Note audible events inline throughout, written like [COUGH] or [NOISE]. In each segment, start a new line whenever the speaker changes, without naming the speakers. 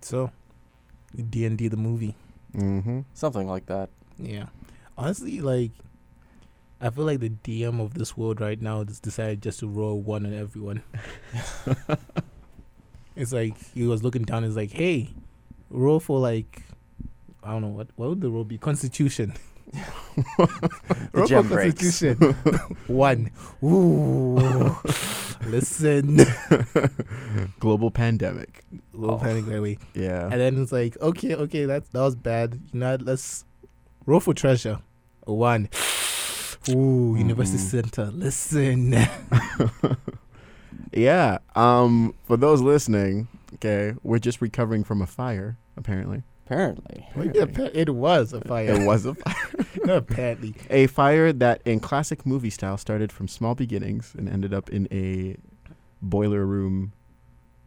so. D and D the movie.
Mm-hmm.
Something like that.
Yeah. Honestly, like I feel like the DM of this world right now just decided just to roll one on
[LAUGHS]
everyone. it's like he was looking down. It's like, hey, roll for like, I don't know what what would the roll be? Constitution. roll for [LAUGHS]
[LAUGHS] gem breaks.
Constitution. one.
[LAUGHS]
Ooh. Listen.
Oh.
Global pandemic.
Little panic that way.
Yeah.
And then it's like, okay, okay, that that was bad. You know, let's roll for treasure. A One. [SIGHS] Ooh, University
Mhm.
Center. Listen. [LAUGHS]
yeah. Um, for those listening, okay, we're just recovering from a fire. Apparently,
Oh, Apparently.
Yeah, appa- it was a
it
fire.
was a fire.
[LAUGHS] no,
[LAUGHS]
apparently.
a fire that, in classic movie style, started from small beginnings and ended up in a boiler room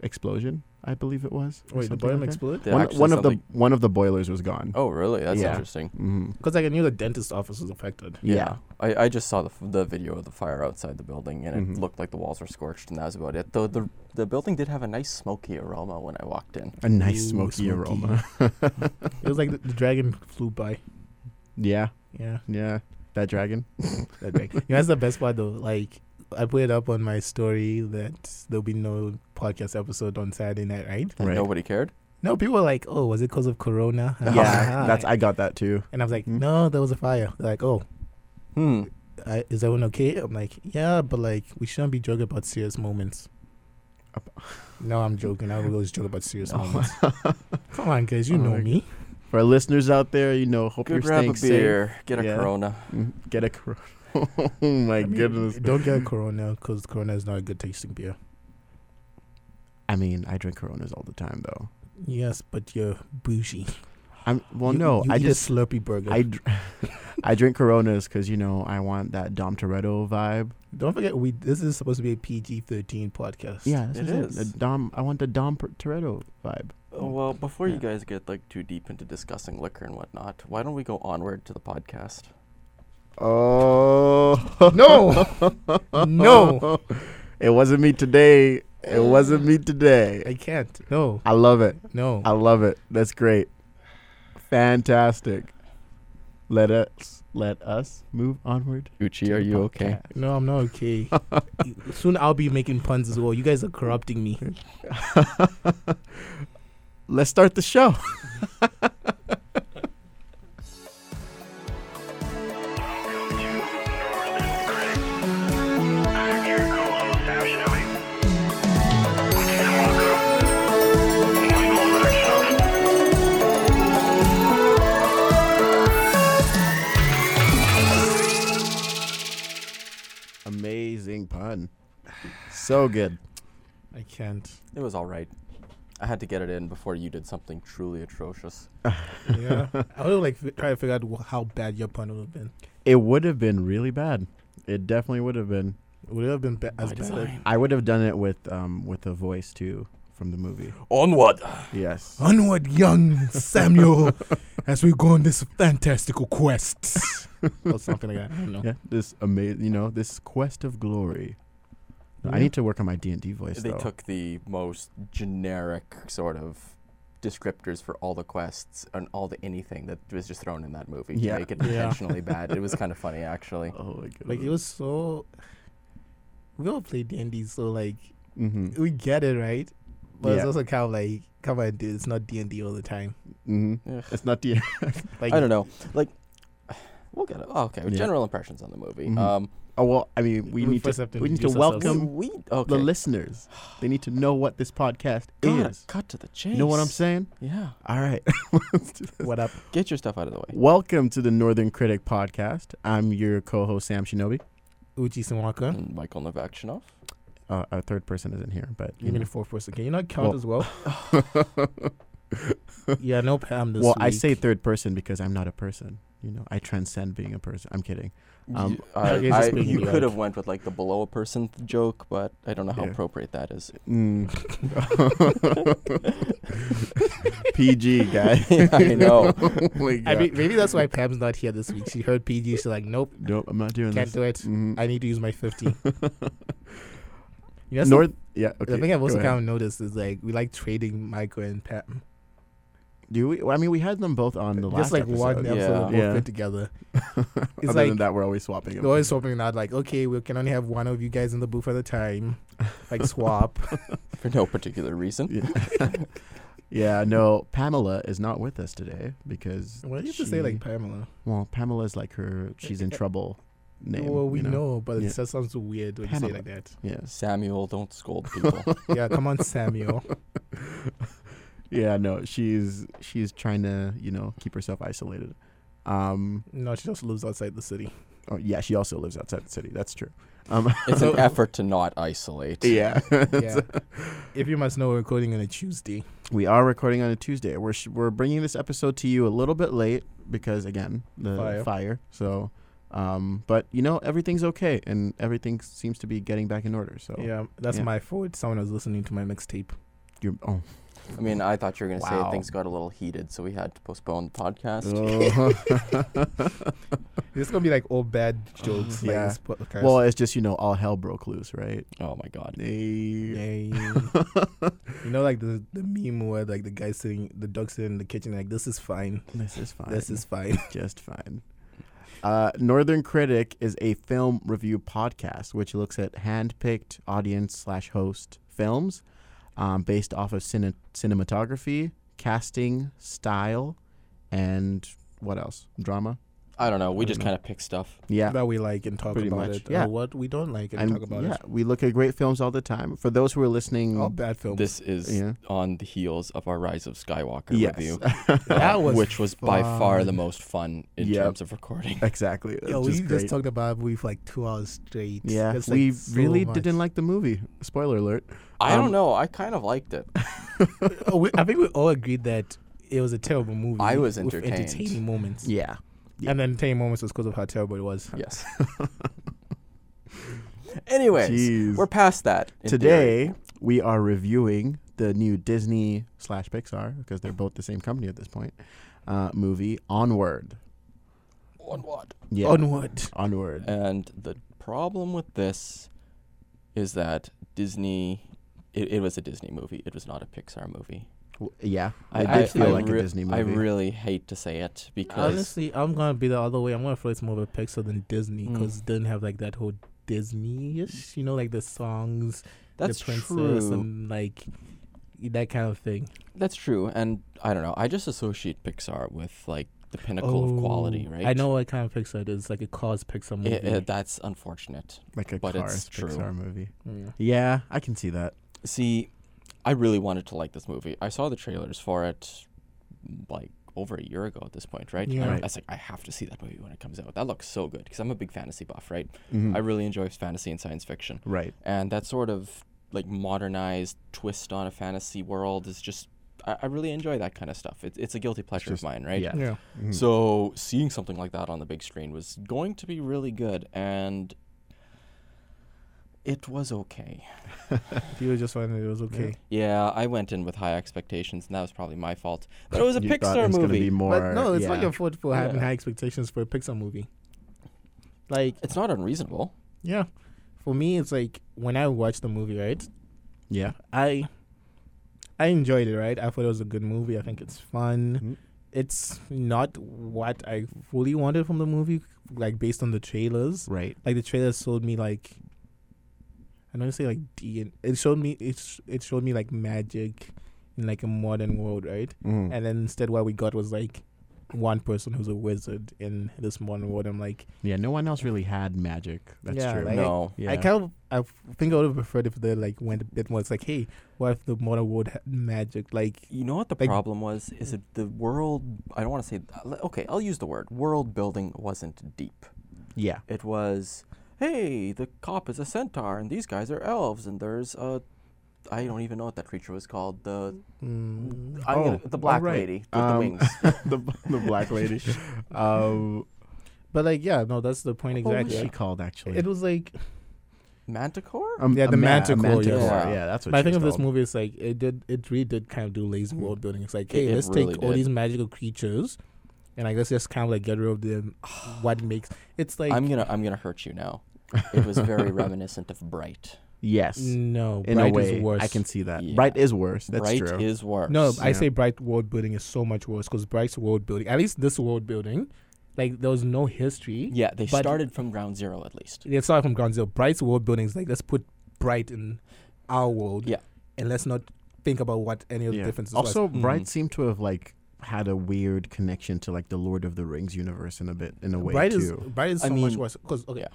explosion. I believe it was. or
Wait, the
something
bottom
like that.
exploded?
Yeah,
one
actually
one of the
something-
one of the boilers was gone.
Oh, really? That's
Yeah.
interesting.
hmm
Because like, I knew the dentist office was affected.
Yeah.
I, I just saw the, f- the video of the fire outside the building, and
Mhm.
it looked like the walls were scorched, and that was about it. Though the, the building did have a nice smoky aroma when I walked in.
A nice
Ooh,
smoky,
smoky.
aroma.
[LAUGHS]
[LAUGHS]
It was like the, the dragon flew by.
yeah,
Yeah,
yeah. That dragon.
that dragon. you know, that's the best part though. Like, I put it up on my story that there'll be no podcast episode on Saturday night, right?
Like
Right.
Nobody cared.
No, people were like, "Oh, was it because of Corona?" [LAUGHS]
Yeah, [LAUGHS] that's I got that too.
and I was like,
Hmm.
"No, there was a fire." They're like, "Oh,
Hmm.
I, is everyone okay?" I'm like, "Yeah, but like, we shouldn't be joking about serious
[LAUGHS]
moments." No, I'm joking. I always joke about serious moments.
[LAUGHS]
Come on, guys, you
Oh
know
my
me.
For our listeners out there, you know, hope
Go
you're
grab
staying
a beer. Get a
Yeah.
Corona.
safe. Mm, Get a corona. [LAUGHS] oh my
I mean,
goodness.
Don't
[LAUGHS]
get Corona because Corona is not a good tasting beer.
I mean, I drink Coronas all the time though.
Yes, but you're bougie.
I'm well,
You-
no,
you
I
eat
just
a Slurpee burger.
I dr- [LAUGHS] I drink Coronas because you know I want that Dom Toretto vibe.
Don't forget, we this is supposed to be a PG-13 podcast.
Yeah,
It
that's it
is.
The Dom. I want the Dom P- Toretto vibe.
Oh, well, before
Yeah.
you guys get like too deep into discussing liquor and whatnot, why don't we go onward to the podcast?
Oh
No. [LAUGHS] No.
[LAUGHS] It wasn't me today. It wasn't me today.
I can't. No,
I love it.
no.
I love it. That's great. Fantastic. Let us let us move onward.
Uchi,
to
are
the
you okay?
podcast.
no, I'm not
[LAUGHS]
okay. Soon I'll be making puns as well. You guys are corrupting
[LAUGHS]
me.
Let's start the show. [LAUGHS] Amazing pun. So good.
I can't.
It was all right. I had to get it in before you did something truly atrocious.
Yeah, I would like f- try to figure out wh- how bad your pun would have been.
It would have been really bad. It definitely would have been.
Would it have been ba- as bad?
I would have done it with um with a voice too from the movie.
Onward.
[GASPS]
Yes.
Onward, young Samuel,
[LAUGHS]
as we go on this fantastical quest. or something like that. I don't know.
Yeah. This amazing, you know, this quest of glory. I
Yeah.
need to work on my D and D voice.
They
though.
took the most generic sort of descriptors for all the quests and all the anything that was just thrown in that movie
Yeah.
to make it
Yeah.
intentionally bad. It
[LAUGHS]
was kind of funny, actually.
Oh my god.
Like it was so. We all play D and D, so like
hmm
we get it, right? But it's
Yeah.
also kind of like, come on, dude, it's not D and D all the
[LAUGHS]
time.
hmm
Ugh.
It's not the.
Like
I don't know. Like, we'll get it. Oh, okay,
Yeah.
general impressions on the movie.
Mhm.
Um,
[LAUGHS] oh well, I mean, we,
We
need
first
to
have to
we need to
introduce ourselves.
welcome
we okay.
the listeners. They need to know what this podcast
God,
is.
cut to the chase.
You know what I'm saying?
Yeah.
All right. [LAUGHS]
what up.
Get your stuff out of the way.
Welcome to the Northern Critic Podcast. I'm your co-host Sam Shinobi.
Uchi Sinwaka.
And Michael Novakchinov.
Uh, our third person isn't here, but
You
you
mean
know.
the fourth person? Can you not count
Mm. Well-
as
[LAUGHS]
well? Yeah, no Pam this
well, I
week.
say third person because I'm not a person. You know, I transcend being a person. I'm kidding. Um, [LAUGHS]
you I-
he's just
I-
being
you
weird.
could have went with like the below a person th- joke, but I don't know how
Yeah.
appropriate that is.
Mm. [LAUGHS] [LAUGHS] PG guy.
[LAUGHS] I
[LAUGHS]
know.
oh my
I
God.
mean, maybe that's why Pam's not here this week. She heard PG. She's like, nope,
nope, I'm not doing
can't
this.
do it.
Mhm.
I need to use my 50.
[LAUGHS]
You know, that's
North. Yeah.
the,
Okay.
the thing I've
go
also
ahead.
kind of noticed is like we like trading Michael and Pam.
Do we? I mean, we had them both on the last
Just like
episode.
one episode
Yeah.
both
Yeah.
fit
[LAUGHS]
together.
Other than
like-
that, we're always swapping
They're
them.
always hoping that like, okay, we can only have one of you guys in the booth at a time. Like
[LAUGHS]
swap.
for no particular reason.
[LAUGHS] yeah. [LAUGHS] Yeah, no, Pamela is not with us today because
Why do you have
she,
to say like Pamela?
well, Pamela's like her
[LAUGHS]
she's in trouble name.
well, we
you know?
know, but
Yeah.
it just sounds weird when you
Pamela.
say it
[LAUGHS]
like
Yeah.
[LAUGHS]
Samuel, don't scold people.
that. Yeah, come on, Samuel.
[LAUGHS] Yeah, no, she's she's trying to, you know, keep herself isolated. Um
no, she just lives outside the city.
oh, yeah, she also lives outside the city. That's true. Um
it's an effort to not isolate.
[LAUGHS] yeah.
Yeah. if you must know, we're recording on a Tuesday.
we are recording on a Tuesday. We're sh- we're bringing this episode to you a little bit late because again, the fire.
Fire.
So um but you know, everything's okay and everything seems to be getting back in order. So
Yeah, that's
Oh. Yeah.
my fault. Someone was listening to my mixtape.
you're oh
I
[LAUGHS]
mean, I thought you were going to
Wow.
say things got a little heated, so we had to postpone the podcast.
It's gonna be like all
[SIGHS]
bad jokes. like
Yeah.
this podcast.
well, it's just you know all hell broke loose, right?
Oh my god.
Yeah.
Yay.
[LAUGHS]
you know, like the the meme where like the guy sitting, the dog sitting in the kitchen, like this is fine,
This is fine.
this is fine.
just fine. Uh, Northern Critic is a film review podcast which looks at hand-picked audience slash host films um, based off of cine- cinematography, casting, style, and what else? Drama.
I don't know. We
I
just
don't know.
kind of pick stuff.
Yeah.
[LAUGHS] That we like and talk
Pretty
about
much,
it.
yeah.
Or what we don't like and,
and
talk about
yeah, Mm.
it. Oh,
we look at great films all the time. For those who are listening,
All bad films.
This is
yeah,
on the heels of our Rise of Skywalker
[LAUGHS]
review, uh,
That was
which was by far the
fun.
most fun in
Yep.
terms of
[LAUGHS]
recording.
exactly.
Yo,
It's
we
just
just,
great.
talked about we for like two hours straight.
Yeah,
That's, like,
we
so
really
much.
didn't like the movie. Spoiler alert.
I
Um,
don't know. I kind of liked
[LAUGHS]
it.
[LAUGHS] Oh, we, I think we all agreed that it was a terrible movie.
I was
with
entertained.
entertaining moments.
Yeah. Yeah.
And entertaining moments was because of how terrible it was.
Yes. Anyways,
Jeez.
we're past that. in theory.
Today we are reviewing the new Disney slash Pixar because they're both the same company at this point. Uh, movie Onward.
On what?
Yeah.
Onward.
Onward.
And the problem with this is that Disney. It, it was a Disney movie. It was not a Pixar movie.
W- yeah. I, did feel like
re-
a Disney movie.
I really hate to say it because
Honestly, I'm gonna be the other way. I'm gonna feel it's more of a Pixar than Disney
Mm.
because it didn't have like that whole Disney-ish, you know, like the songs,
that's
the princess,
true.
and like that kind of thing.
That's true, and I don't know. I just associate Pixar with like the pinnacle of quality,
Oh,
right?
I know what kind of Pixar it is, like a cause Pixar movie.
I- I- that's unfortunate.
like a
but it's
Cars
true.
Pixar movie.
Yeah.
Yeah, I can see that.
See, I really wanted to like this movie. I saw the trailers for it like over a year ago at this point, right?
Yeah.
And I,
Right.
was like, I have to see that movie when it comes out. That looks so good because I'm a big fantasy buff, right?
Mhm.
Mm-hmm. I really enjoy fantasy and science fiction,
Mm-hmm. right.
and that sort of like modernized twist on a fantasy world is just. I, I really enjoy that kind of stuff. It, it's a guilty pleasure
just-
of mine, right?
Yeah.
Yeah.
Mhm.
So seeing something like that on the big screen was going to be really good, and it was okay.
You were just finding it was okay.
Yeah, I went in with high expectations, and that was probably my fault. But it was a
You thought
Pixar
it was gonna
movie.
Be more,
But no, it's
yeah.
not your fault for having
Yeah.
high expectations for a Pixar movie. Like,
It's not unreasonable.
yeah, for me, it's like when I watch the movie, right?
Yeah.
I I enjoyed it, right? I thought it was a good movie. I think it's fun.
Mhm.
It's not what I fully wanted from the movie, like based on the trailers.
Right.
Like the trailers sold me like I don't say like D and it showed me it sh- it showed me like magic in like a modern world, right?
Mm-hmm.
Mm.
And then instead, what we got was like one person who's a wizard in this modern world. I'm like,
Yeah. No one else really had magic. That's
Yeah,
true.
like-
no.
yeah.
I kind of, I f- think I would have preferred if they like went a bit more. It's like, hey, what if the modern world had magic? Like,
You know what the
Like-
problem was? Is it the world? I don't want to say. Okay, I'll use the word. World building wasn't deep.
[LAUGHS]
yeah.
It was, hey, the cop is a centaur, and these guys are elves, and there's a. I don't even know what that creature was called. The
mm,
I'm
Oh,
gonna, the black
alright.
lady with
Um,
the
[LAUGHS]
wings.
the the
[LAUGHS]
black lady. um,
but like, yeah, no, that's the point
what was
exactly.
she called actually?
It was like,
Manticore?
Um,
Yeah,
a
the
ma- a
manticore, yeah.
manticore, Yeah, that's what.
but I
she
think of
was
this
called.
movie, it's like it did, it really did kind of do lazy
Hmm.
world building. It's like,
It-
hey,
it
let's
really
take all
did.
these magical creatures, and I guess just kind of like get rid of them. [SIGHS] what makes it's like
I'm gonna I'm gonna hurt you now. It was very reminiscent of Bright.
Yes.
No,
In
Mm, Bright
a way,
is worse.
I can see that.
Yeah.
Bright is worse. That's
Bright
true.
is worse.
No, I
Yeah.
say Bright world building is so much worse because Bright's world building, at least this world building, like there was no history.
yeah, they
but-
started from ground zero at least.
They started from ground zero. Bright's world building is like let's put Bright in our world.
Yeah.
and let's not think about what any of the
Yeah.
differences. was.
Also, Bright
Mhm.
seemed to have like had a weird connection to like the Lord of the Rings universe in a bit in a way
Bright
too.
is Bright is
I
so much
mean,
worse because okay,
yeah.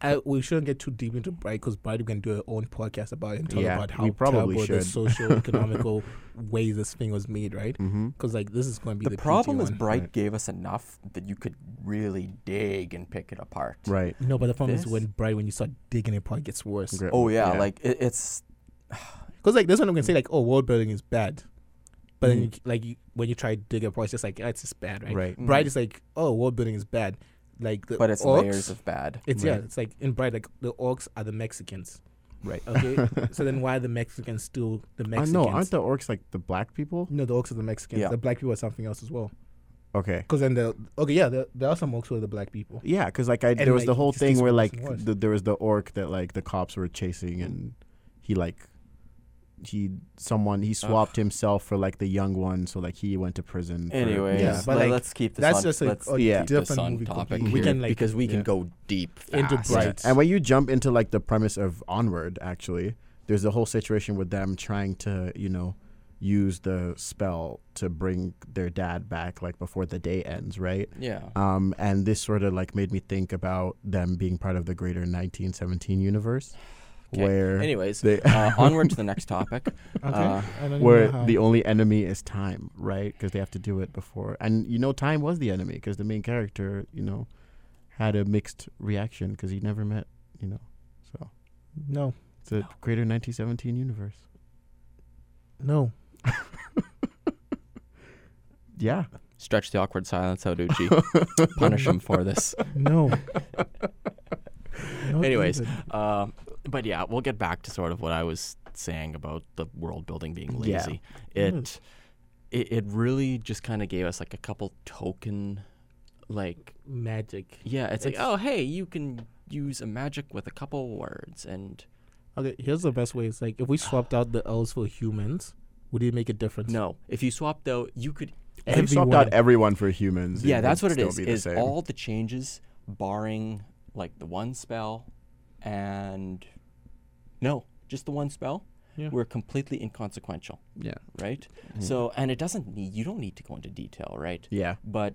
I, we shouldn't get too deep into Bright because Bright can do her own podcast about it and talk
Yeah,
about how
we probably
terrible the
[LAUGHS]
should.
social economical way this thing was made, right?
mm-hmm.
Because like this is going to be
The,
the,
problem
PG
is
one.
Bright
Right.
gave us enough that you could really dig and pick it apart.
Right.
No, but the problem is
This-
when Bright when you start digging it apart, it gets worse.
Great.
Oh yeah, like it, it's
Because like this one, I'm gonna say like, oh, world building is bad, but then you,
Mm.
like you, when you try to dig it apart, it's just like "Ah, it's just bad, right?
right.
Bright
Mm.
is like, oh, world building is bad, like the
but it's
orcs,
layers of bad.
It's yeah,
Right.
it's like in Bright, like the orcs are the Mexicans.
Right. [LAUGHS]
Okay. so then why are the Mexicans still the
I
Mexicans?
know. Aren't the orcs like the black people?
no, the orcs are the Mexicans.
Yeah.
The black people are something else as well.
Okay.
Because then the okay, yeah, there, there are some orcs who are the black people.
Yeah, because like I
And,
there was
like,
the whole
just these
thing where
worse
like
and worse.
the, there was the orc that like the cops were chasing and he like he someone he swapped himself for like the young one so like he went to prison. for-
Anyways,
Yeah, but,
le-
like,
let's keep this.
that's
on,
just a-
let's
a
keep
yeah.
this
different
on
movie
topic.
completely.
Here,
We can, like-
because we can
yeah.
go deep
Into
fast.
Bright.
And when you jump into like the premise of Onward, actually, there's a whole situation with them trying to, you know, use the spell to bring their dad back, like before the day ends, right?
Yeah.
Um, and this sort of like made me think about them being part of the greater 1917 universe,
'Kay.
where
Anyways,
they,
uh, onward to the next
[LAUGHS]
[LAUGHS]
topic.
Okay.
Uh,
I don't even
where
know how.
the only enemy is time, right? Because they have to do it before, and you know, time was the enemy because the main character, you know, had a mixed reaction because he never met, you know, so.
no,
It's a greater 1917 universe.
no.
[LAUGHS] Yeah. [LAUGHS]
Stretch the awkward silence out, Uchi. Punish him for this. [LAUGHS]
No. Not
Anyways.
even.
Um, but yeah, we'll get back to sort of what I was saying about the world building being
Yeah.
lazy.
Mm.
It, it it really just kind of gave us like a couple token, like
magic.
yeah, it's, like
It's-
oh hey, you can use a magic with a couple words and
Okay, here's the best way. It's like if we swapped out the elves for humans, would it make a difference?
no, if you swapped out, you could
If you swapped out
Everyone.
everyone for humans.
yeah, that's
would
what it
still
is.
be the
Is
same.
all the changes barring like the one spell and no, just the one spell
Yeah.
were completely inconsequential,
Yeah.
right?
Mhm.
So and it doesn't need you don't need to go into detail, right?
Yeah.
But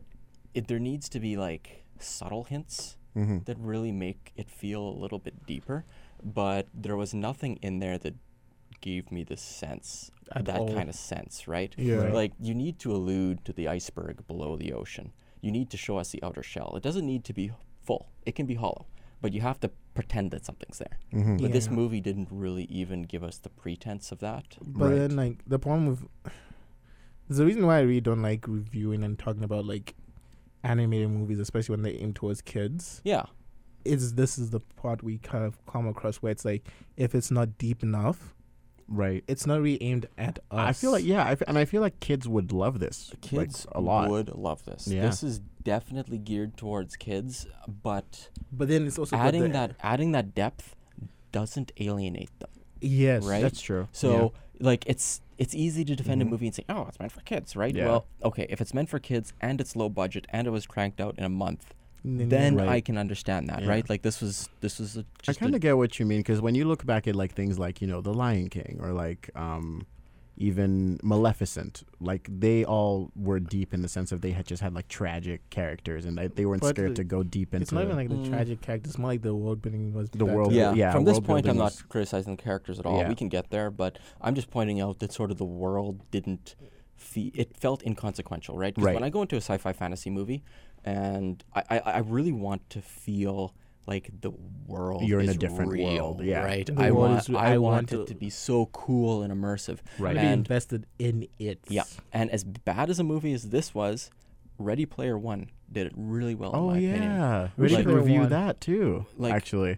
it, there needs to be like subtle hints
Mm-hmm.
that really make it feel a little bit deeper, but there was nothing in there that gave me this sense,
At
that
all.
kind of sense, right?
Yeah.
Right.
Like you need to allude to the iceberg below the ocean. You need to show us the outer shell. It doesn't need to be full. It can be hollow, but you have to pretend that something's there.
Mm-hmm.
But this
Yeah.
movie didn't really even give us the pretense of that.
But
Right.
then, like, the problem with [SIGHS] there's the reason why I really don't like reviewing and talking about like animated movies, especially when they aim towards kids,
Yeah.
is this is the part we kind of come across where it's like if it's not deep enough,
Right.
it's not really aimed at us.
I feel like yeah, I f- and I feel like kids would love this. like,
Kids
a lot.
would love this.
Yeah.
This is definitely geared towards kids, but
but then it's also got the-
adding that adding that depth doesn't alienate them.
yes,
right?
That's true.
So like it's it's easy to defend
Mhm.
a movie and say, "Oh, it's meant for kids," right?
Yeah.
Well, okay, if it's meant for kids and it's low budget and it was cranked out in a month,
n- n-
then
Right.
I can understand that,
Yeah.
right? Like this was this was a,
I
just a-
kind of get what you mean because when you look back at like things like you know The Lion King or like um, even Maleficent, like they all were deep in the sense of they had just had like tragic characters and they, they weren't
But
scared
the-
to go deep into
it's not even like the
Mm.
tragic characters. It's more like the world building was
The
bad.
world-
yeah.
yeah,
From this
world
point, I'm
building
not
was-
criticizing the characters at all.
Yeah.
We can get there, but I'm just pointing out that sort of the world didn't. Fe- it felt inconsequential, right? 'Cause
Right.
When I go into a sci-fi fantasy movie, and I, I, I really want to feel like the world
You're in a
is
different
real,
world, yeah.
right?
The
I
world
want
is re-
I,
I
want
want
it
to-
to be so cool and immersive.
right.
Really
And-
invested in it.
Yeah. And as bad as a movie as this was, Ready Player One did it really well. in
oh
my
yeah,
opinion.
we
Like-
should review
Everyone.
that too.
Like-
actually,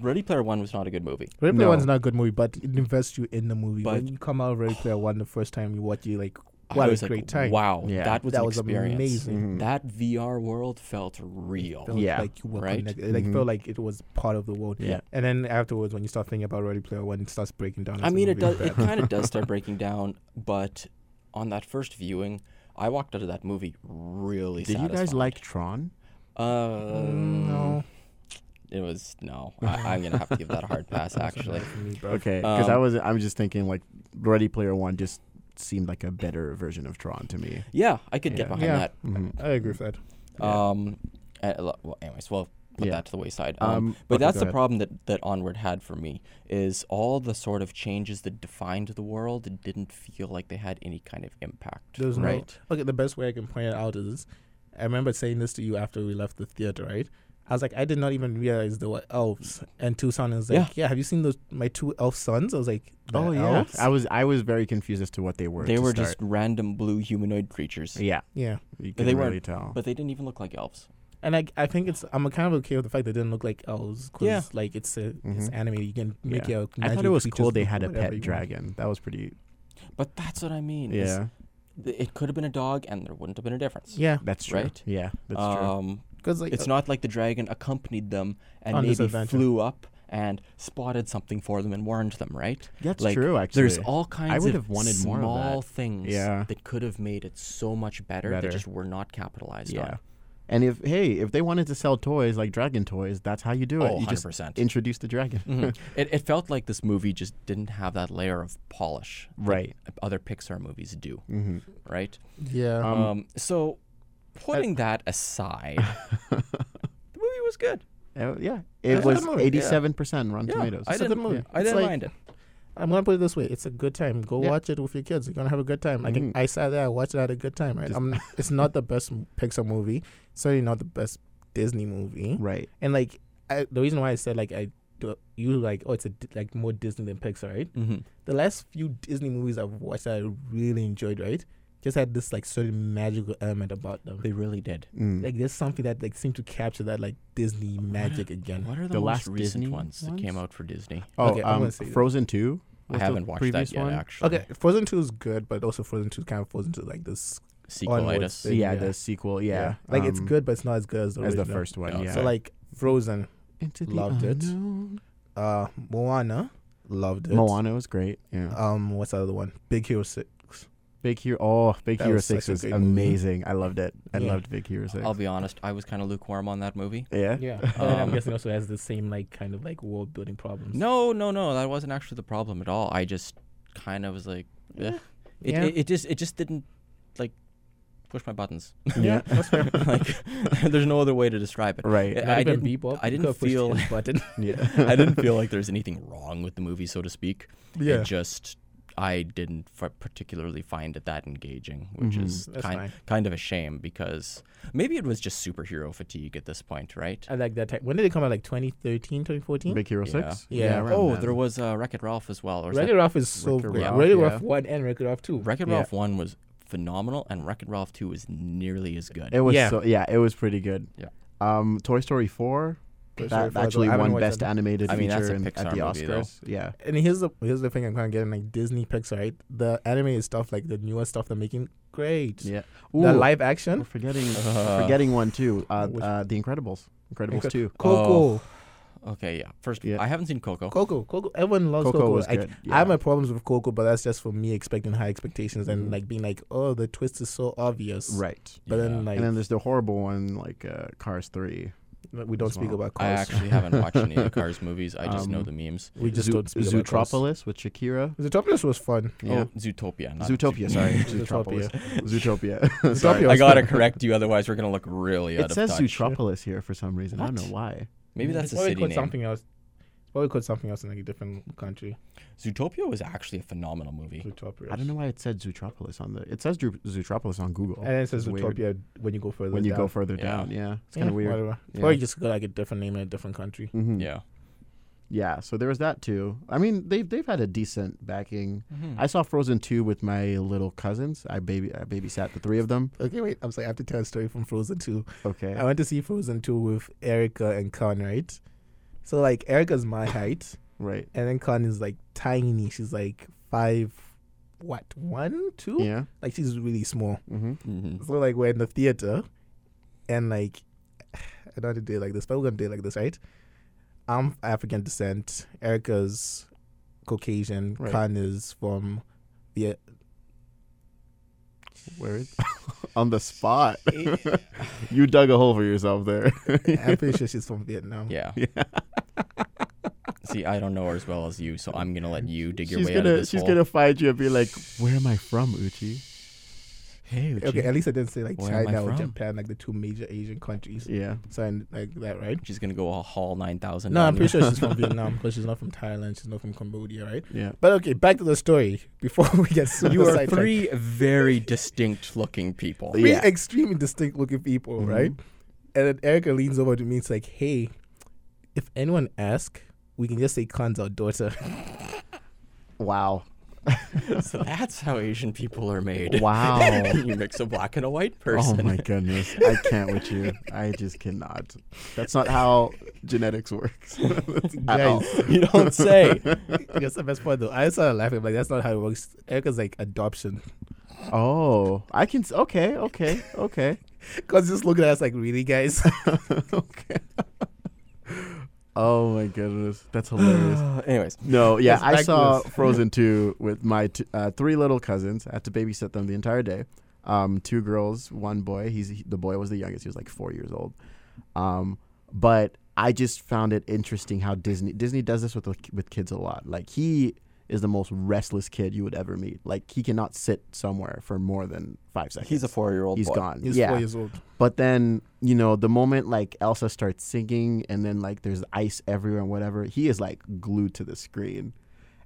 Ready Player One was not a good movie.
Ready Player
No.
One's not a good movie, but it invests you in the movie.
But-
when you come out of Ready Player One the first time you watch, you like, What
I
a
was like,
great time.
wow,
Yeah.
that was
That
an
was
experience.
amazing.
Mhm.
That VR world felt real.
Felt
Yeah.
like you were
Right?
connected. Like
Mhm.
felt like it was part of the world.
Yeah.
And then afterwards, when you start thinking about Ready Player One, it starts breaking down.
I
as a
mean, it
movie [LAUGHS]
does. It
that-
kind of does
[LAUGHS]
start breaking down, but on that first viewing, I walked out of that movie really.
Did you guys
satisfied.
like Tron?
Um,
no.
It was
[LAUGHS]
no. I, I'm gonna have to give that a hard pass. Actually,
For me, bro.
Okay, because I
Um,
was I'm just thinking like Ready Player One just seemed like a better version of Tron to me.
yeah, I could
Yeah.
get behind
Yeah.
that.
Mhm.
I agree with that.
Yeah.
Um, uh, lo- well, anyways, well, put
Yeah.
that to the wayside. Um,
Um,
but
okay,
that's
go
the
ahead.
problem that that Onward had for me is all the sort of changes that defined the world didn't feel like they had any kind of impact.
There's no-
right?
Okay, the best way I can point it out is I remember saying this to you after we left the theater, right? I was like, I did not even realize there were elves. And Tucson is like, yeah,
Yeah.
have you seen those my two elf sons? I was like,
Oh
"They're
yeah,
elves?"
I was I was very confused as to what they were.
They
to
were
start.
just random blue humanoid creatures,
yeah.
yeah.
They
You can
weren't-
really tell.
but they didn't even look like elves.
And I, I think it's I'm kind of okay with the fact they didn't look like elves because
Yeah.
like it's a it's
Mhm.
anime you can make
Yeah.
your
I thought it
magical
was
creatures
cool. They
look
had a
whatever you
pet
want.
dragon. That was pretty.
But that's what I mean. is
Yeah,
th- it could have been a dog, and there wouldn't have been a difference.
Yeah,
that's true.
Right?
Yeah, that's true.
um,
because like uh,
It's not like the dragon accompanied them and
On this
maybe
adventure.
flew up and spotted something for them and warned them. Right?
That's
like,
true. Actually,
There's all kinds
would
of
have wanted more
small
of that.
things
Yeah.
that could have made it so much better,
Better.
that just were not capitalized
yeah.
on.
And if hey, if they wanted to sell toys like dragon toys, that's how you do it.
Oh,
you just
100%. [LAUGHS]
introduce the dragon. [LAUGHS]
Mhm. it, it felt like this movie just didn't have that layer of polish
Right.
that other Pixar movies do,
hmm
right?
yeah
Um,
Um, so putting that aside, the movie was good.
Uh, yeah,
It's a
it
good
was
movie, yeah.
eighty-seven percent Rotten
Yeah,
Tomatoes.
I
It's a
didn't,
good movie.
I
It's
didn't
like-
mind it.
I'm gonna put it this way it's a good time go
Yeah.
watch it with your kids you're gonna have a good time like
Mhm.
I sat there I watched it I had a good time right
Just- [LAUGHS]
I'm, it's not the best m- Pixar movie certainly not the best Disney movie
right.
and like I, the reason why I said like I do, you like oh it's a di- like more Disney than Pixar right
Mm-hmm.
the last few Disney movies I've watched that I really enjoyed right just had this like certain magical element about them
They really did.
Mm.
like there's something that like seemed to capture that like Disney magic again.
What are the,
The
most
last
recent
Disney
ones, that came
ones?
out for Disney?
oh,
okay, I'm
um,
gonna say that.
Frozen Two.
I haven't watched that yet, actually.
Okay, Frozen Two is good, but also Frozen Two kind of falls into like this.
Sequelitis.
Onwards.
Yeah,
Yeah.
the sequel. Yeah,
like it's
um,
good, but it's not as good as the
as the
original.
first one.
Yeah,
Yeah,
So like Frozen,
Into the
loved it.
unknown.
uh, Moana, loved it.
Moana was great. Yeah,
Um, what's the other one? Big Hero Six.
Big Hero. Oh, Big
That
Hero
was such
Six
a
was
great movie.
amazing. I loved it. I
Yeah.
loved Big Hero 6
I'll be honest, I was kind of lukewarm on that movie.
yeah.
and
[LAUGHS]
then I'm
Um,
guessing also has the same like kind of like world building problems.
No, no, no, that wasn't actually the problem at all. I just kind of was like, eh. it,
Yeah.
it, it just it just didn't like push my buttons.
Yeah.
[LAUGHS]
that's fair.
like, there's no other way to describe it.
[LAUGHS] Right.
Yeah.
Not
I
even
didn't-
Bebop.
I
You
didn't
could've pushed
feel- [LAUGHS]
his button. [LAUGHS]
Yeah.
I didn't feel like there's anything wrong with the movie, so to speak.
yeah,
It just I didn't f- particularly find it that engaging, which
Mhm.
is
that's
kind
fine.
kind of a shame because maybe it was just superhero fatigue at this point, right?
I like that. Type. When did it come out? Like 2013, 2014.
[LAUGHS] Big Hero
Yeah.
Six.
Yeah.
around
Oh,
then.
there was uh, Wreck It Ralph as well. Or
Wreck-It Ralph is so
Wreck-It
great.
Ralph,
Wreck-It
yeah.
Ralph One and Wreck-It Ralph Two.
Wreck It
Yeah.
Ralph One was phenomenal, and Wreck It Ralph Two was nearly as good.
It was.
Yeah.
So, yeah. It was pretty good.
Yeah.
Um, Toy Story Four.
Toy Story 4
That
as well.
actually
I haven't
won
watched
Best
that.
Animated
I mean, that's
Feature
a
in- at
Pixar
the
movie, though.
Oscars. Yeah.
And here's the here's the thing I'm kind of getting like Disney Pixar, right? The anime stuff, like the newer stuff they're making, great.
Yeah.
The
Ooh,
live
We're
action,
forgetting
Uh,
forgetting one too. Uh,
which-
uh, the Incredibles. Incredibles
Incre-
two.
Coco,
Okay, yeah. First,
Yeah.
I haven't seen Coco.
Coco, Coco. Everyone loves
Oh. Coco
Oh, Coco.
was
Like,
good,
I have
yeah.
my problems with Coco, but that's just for me expecting high expectations
Mhm.
and like being like, oh, the twist is so obvious.
Right.
But then like
and then there's the horrible one like uh, Cars three.
we don't
as
speak
well.
about
I
cars.
actually haven't watched any
[LAUGHS]
of the Cars movies. I just know
Um,
the memes.
we just
Zoo-
don't speak about cars.
Zootropolis with Shakira.
Zootropolis was fun.
Yeah.
Oh, Zootopia. Not Zoo- [LAUGHS]
Zootopia. Sorry.
Zootopia.
Zootropolis. Zootopia. [LAUGHS] sorry.
Zootopia
I
was
[LAUGHS]
gotta
fun.
correct you, otherwise we're gonna look really out
It
of
says
touch.
Zootropolis here for some reason. I don't
What?
know why.
Maybe
It's
that's a
probably
city
called
name.
Something else. It's Probably called something else in like a different country.
Zootopia was actually a phenomenal movie.
Zootropolis.
I don't know why it said Zootropolis on the. It says Dru- Zootropolis on Google.
And then it says
It's
Zootopia
weird.
when you go further.
When you
down.
go further
Yeah.
down, yeah, it's kind of
Yeah,
weird.
Whatever.
Yeah.
Probably just got like a different name in a different country.
Mhm.
Yeah.
yeah. So there was that too. I mean, they've they've had a decent backing.
Mm-hmm.
Mm-hmm. I saw Frozen two with my little cousins. I baby I babysat the three of them. Uh,
Okay, wait. I'm sorry. I have to tell a story from Frozen 2.
Okay.
I went to see Frozen 2 with Erica and Con, right? So, like,
[COUGHS]
Erica's my height,
Right.
and then Con is like tiny. She's like five, what one, two?
Yeah.
Like she's really small.
Mm-hmm.
Mhm.
So like we're in the theater, and like [SIGHS] I don't want to do it like this, but we're gonna do it like this, right? I'm African descent. Erica's Caucasian.
Right.
Khan is
[LAUGHS]
from the
Where is on the spot? [LAUGHS] you dug a hole for yourself there.
I'm pretty sure she's from Vietnam. [LAUGHS]
Yeah.
[LAUGHS] Yeah.
See, I don't know her as well as you, so I'm gonna let you dig your
she's
way out of
gonna
this
she's
hole.
gonna find you and be like, "Where am I from, Uchi?" Hey, Uchi.
Okay, at least I didn't say like
Where am I
China or
from?
Japan, like the two major Asian countries.
Yeah.
So I, like that, right?
She's gonna go all Hall nine thousand.
No, I'm pretty sure she's
[LAUGHS]
from Vietnam because she's not from Thailand. She's not from Cambodia, right?
Yeah.
But okay, back to the story [LAUGHS] before we get super
You are
sidetracked.
three [LAUGHS] very distinct looking people.
three [LAUGHS]
Yeah.
extremely distinct looking people,
Mm-hmm.
right? And then Erica leans over to me. It's like, hey, if anyone asks, we can just say Khan's our daughter.
Wow.
So that's how Asian people are made. [LAUGHS]
Wow.
you mix a black and a white
Oh
person.
my goodness. I can't with you. I just cannot. [LAUGHS] That's not how
[LAUGHS]
genetics works. At all.
Guys,
[LAUGHS] You don't
[LAUGHS]
say.
that's the best part though. I started laughing. I'm like, that's not how it works. Erica's like adoption.
Oh, I can. s- Okay, okay, okay.
[LAUGHS] Cause just looking at us like, really, guys?
[LAUGHS] okay. Oh my goodness,
[SIGHS]
that's hilarious.
Anyways,
No, yeah,
That's
I saw
backwards.
Frozen two with my t- uh, three little cousins. I had to babysit them the entire day. Um, two girls, one boy. He's he, the boy was the youngest. He was like four years old. Um, but I just found it interesting how Disney Disney does this with the, with kids a lot. Like he is the most restless kid you would ever meet. Like he cannot sit somewhere for more than five seconds.
he's a four year old
He's
boy.
gone.
He's
yeah.
four years old.
But then, you know, the moment like Elsa starts singing and then like there's ice everywhere and whatever, he is like glued to the screen.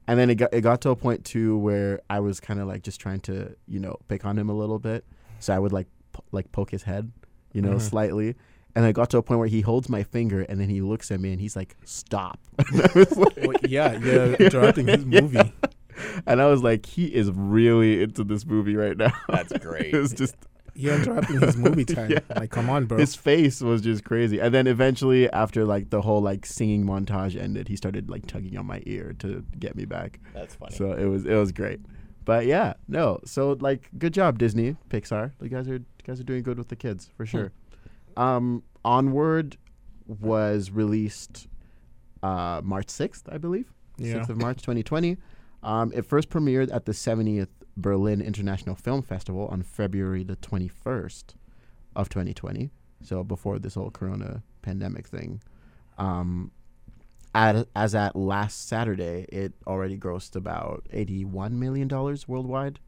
And then it got it got to a point too where I was kind of like just trying to, you know, pick on him a little bit. So I would like p- like poke his head, you know,
Mhm.
slightly. And I got to a point where he holds my finger and then he looks at me and he's like, "Stop." [LAUGHS] And I was like,
Well, [LAUGHS] yeah, you're interrupting
[LAUGHS]
his movie.
and I was like, "He is really into this movie right now." [LAUGHS]
That's great.
it was just
You're interrupting his movie [LAUGHS] time.
Yeah.
Like, come on, bro.
His face was just crazy. And then eventually, after like the whole like singing montage ended, he started like tugging on my ear to get me back.
That's funny.
So it was it was great. But yeah, no. So like, good job Disney, Pixar. You guys are you guys are doing good with the kids for sure. Um, Onward was released uh, March sixth, I believe.
Yeah.
6th of March 2020. Um, it first premiered at the 70th Berlin International Film Festival on February the 21st of 2020. So before this whole corona pandemic thing. Um, at, as at last Saturday, it already grossed about $81 million worldwide.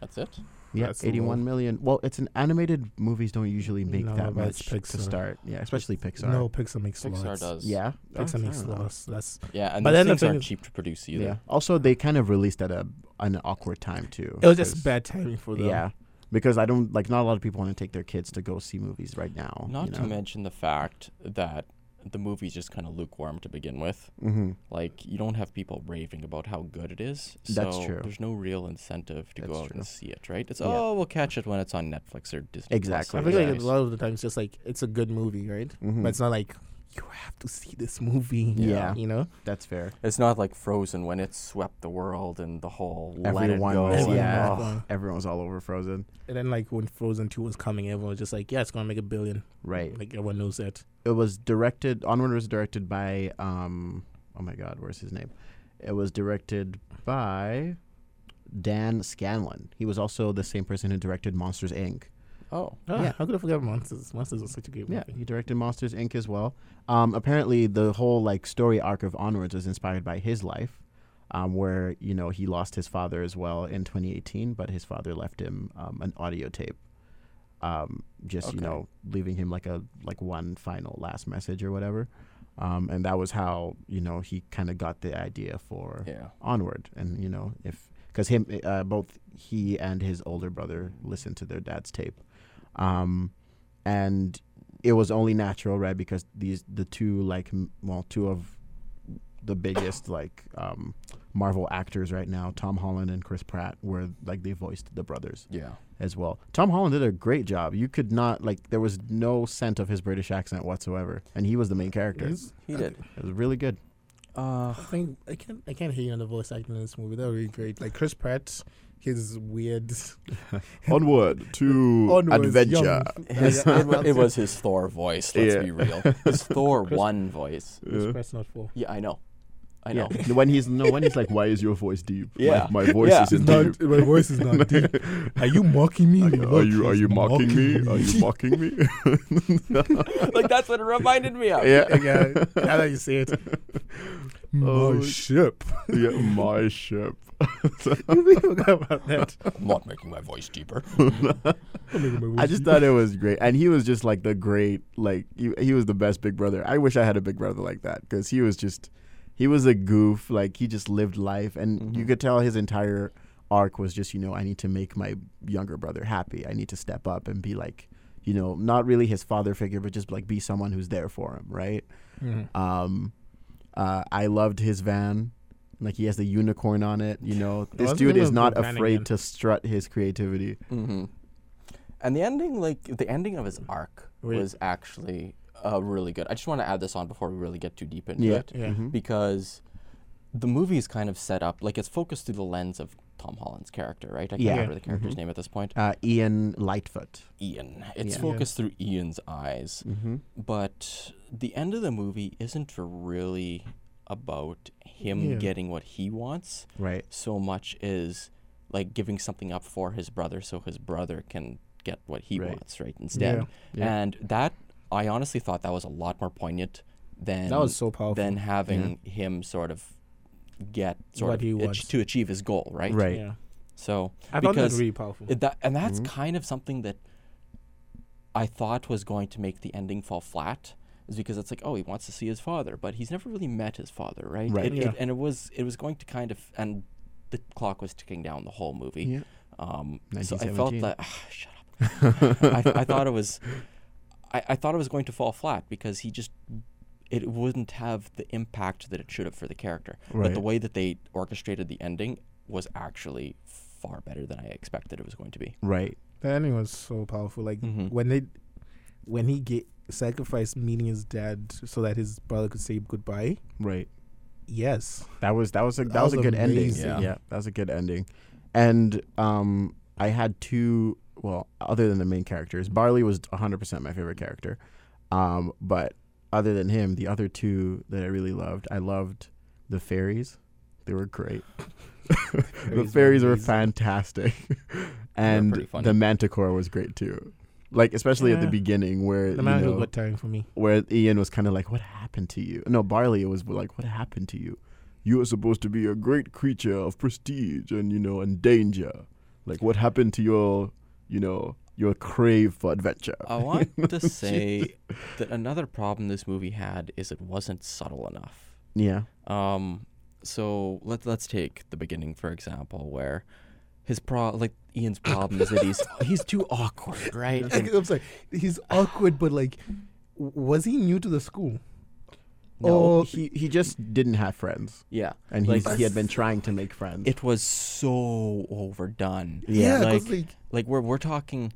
That's it.
Yeah,
That's
eighty-one
low.
million. Well, it's an animated movies don't usually make
No,
that
but it's
much to
Pixar.
start. Yeah, especially Pixar.
No, Pixar makes
Pixar
lots.
does.
Yeah.
Pixar
I
makes
don't know.
lots. That's
Yeah, and
But
those
then the
things
thing
aren't
is-
cheap to produce either.
Yeah. Also, they kind of released at a an awkward time too.
it was just
'cause-
bad timing for them.
Yeah, because I don't like not a lot of people want to take their kids to go see movies right now.
Not
you
to mention the fact that the movie's just kind of lukewarm to begin with.
hmm
Like you don't have people raving about how good it is. So
That's true.
There's no real incentive to
That's
go out
true.
and see it, right? It's
Yeah.
oh, we'll catch it when it's on Netflix or Disney.
Exactly.
I
Plus.
think
or
like
Nice.
a lot of the times, just like it's a good movie, right?
hmm
But it's not like you have to see this movie.
Yeah.
you know,
That's fair.
It's not like Frozen when it swept the world and the whole let it
Everyone
Oh,
go.
was-
and,
yeah.
ugh.
uh,
Everyone was all over Frozen.
and then like when Frozen Two was coming, everyone was just like, "Yeah, it's gonna make a billion.
Right.
Like everyone knows that.
It was directed. Onward was directed by. Um. Oh my God. Where's his name? It was directed by Dan Scanlon. He was also the same person who directed Monsters Inc.
Oh,
Ah,
Yeah.
how could I forget Monsters? Monsters was such a great
Yeah,
movie.
he directed Monsters Inc. as well. Um, apparently, the whole like story arc of Onwards was inspired by his life, um, where you know he lost his father as well in 2018, but his father left him um, an audio tape, um, just you
Okay.
know leaving him like a like one final last message or whatever, um, and that was how you know he kind of got the idea for
Oh, yeah.
Onward, and you know if because him uh, both he and his older brother listened to their dad's tape, um, and it was only natural, right? Because these the two like m- well two of the biggest [COUGHS] like um, Marvel actors right now, Tom Holland and Chris Pratt, were like they voiced the brothers
Yeah.
as well. Tom Holland did a great job. You could not like there was no scent of his British accent whatsoever, and he was the main character.
It's-
He did.
It was really good.
Uh,
[LAUGHS] I think I can't I can't hear you on the voice acting in this movie. That would be great. Like Chris Pratt, his weird
[LAUGHS] Onward to
onwards,
adventure.
young-
[LAUGHS]
His,
Yeah,
it, wa- it
yeah.
was his Thor voice. Let's
Yeah.
be real.
[LAUGHS]
His Thor
Chris-
one voice.
It's
Yeah.
press not four.
Yeah, I know. I know. [LAUGHS]
Yeah. [LAUGHS] when he's no, when he's like, "Why is your voice deep?
Yeah.
my, my voice
Yeah.
It's
isn't
not, [LAUGHS]
deep.
my voice is not deep.
[LAUGHS]
Are you mocking me?
Are
Your
you, are you
voice
are
is
you mocking me? Are you mocking me?
like that's what it reminded me of.
[LAUGHS] yeah,
[LAUGHS] yeah, now that you say it, my
[LAUGHS] Oh.
ship.
[LAUGHS]
[LAUGHS]
yeah, my ship.
we forgot about
[LAUGHS]
that.
I'm not making my voice deeper.
I just thought it was great, and he was just like the great, like he, he was the best big brother. I wish I had a big brother like that because he was just, he was a goof. Like he just lived life, and you
Mhm.
could tell his entire arc was just, you know, I need to make my younger brother happy. I need to step up and be like, you know, not really his father figure, but just like be someone who's there for him, right?
Mm-hmm.
Um, uh, I loved his van. Like he has the unicorn on it, you know. This
his
dude
name
is
was
not
the van again.
afraid to strut his creativity.
hmm And the ending, like the ending of his arc,
Wait.
was actually uh, really good. I just want to add this on before we really get too deep into
Yeah.
it,
Yeah.
Mhm.
because the movie is kind of set up like it's focused through the lens of Tom Holland's character, right? I can't
Yeah.
remember the character's
Mhm.
name at this point.
Uh, Ian Lightfoot.
Ian. It's
Yeah.
focused through Ian's eyes,
Mm-hmm.
but the end of the movie isn't really about him
Yeah.
getting what he wants.
Right.
so much is like giving something up for his brother so his brother can get what he
Right.
wants right instead
Yeah.
and that i honestly thought that was a lot more poignant than
That was so powerful.
than having him sort of get sort
What
of
he
ach-
wants.
to achieve his goal right
Right.
yeah.
so
I thought that was
because
really powerful.
it, that and that's
Mm-hmm.
kind of something that i thought was going to make the ending fall flat is because it's like oh he wants to see his father but he's never really met his father right,
Right.
It, it-
Yeah.
and it was it was going to kind of and the clock was ticking down the whole movie
[LAUGHS] Yeah.
um, so I felt
1917.
that. [SIGHS] shut up. I, I thought it was. I, I thought it was going to fall flat because he just. It wouldn't have the impact that it should have for the character. But the
Right.
way that they orchestrated the ending was actually far better than I expected it was going to be.
Right.
That ending was so powerful. Like
Mm.
Mhm.
when they, when he get sacrificed meeting his dad so that his brother could say goodbye.
Right.
Yes,
That was that was a that,
That
was,
was
a good
amazing.
ending.
Yeah.
Yeah. That was a good ending. And um, I had two. Well, other than the main characters, Barley was 100% my favorite character. Um, but other than him, the other two that I really loved, I loved the fairies. They were great. [LAUGHS] the
Fairies were
fairies were
amazing.
fantastic, [LAUGHS] and
pretty funny.
the manticore was great too. Like especially at the
Yeah.
beginning where
the
Uh, you
man
know-
who got time for me.
where Ian was kind of like, "What happened to you?" No, Barley was like, "What happened to you? You were supposed to be a great creature of prestige and you know and danger. Like, what happened to your, you know, your crave for adventure?"
[LAUGHS]
I want to say that another problem this movie had is it wasn't subtle enough.
yeah,
Um, so let let's take the beginning for example, where his pro like
[COUGHS]
Ian's problem is that
[LAUGHS]
he's he's too awkward, right? And-
[LAUGHS] I'm sorry, he's awkward, but like, w- was he new to the school?
no,
Oh,
he he just didn't have friends,
yeah,
and
Like-
he's he had been trying to make friends.
it was so overdone.
Yeah,
like
'cause, like-
like we're we're talking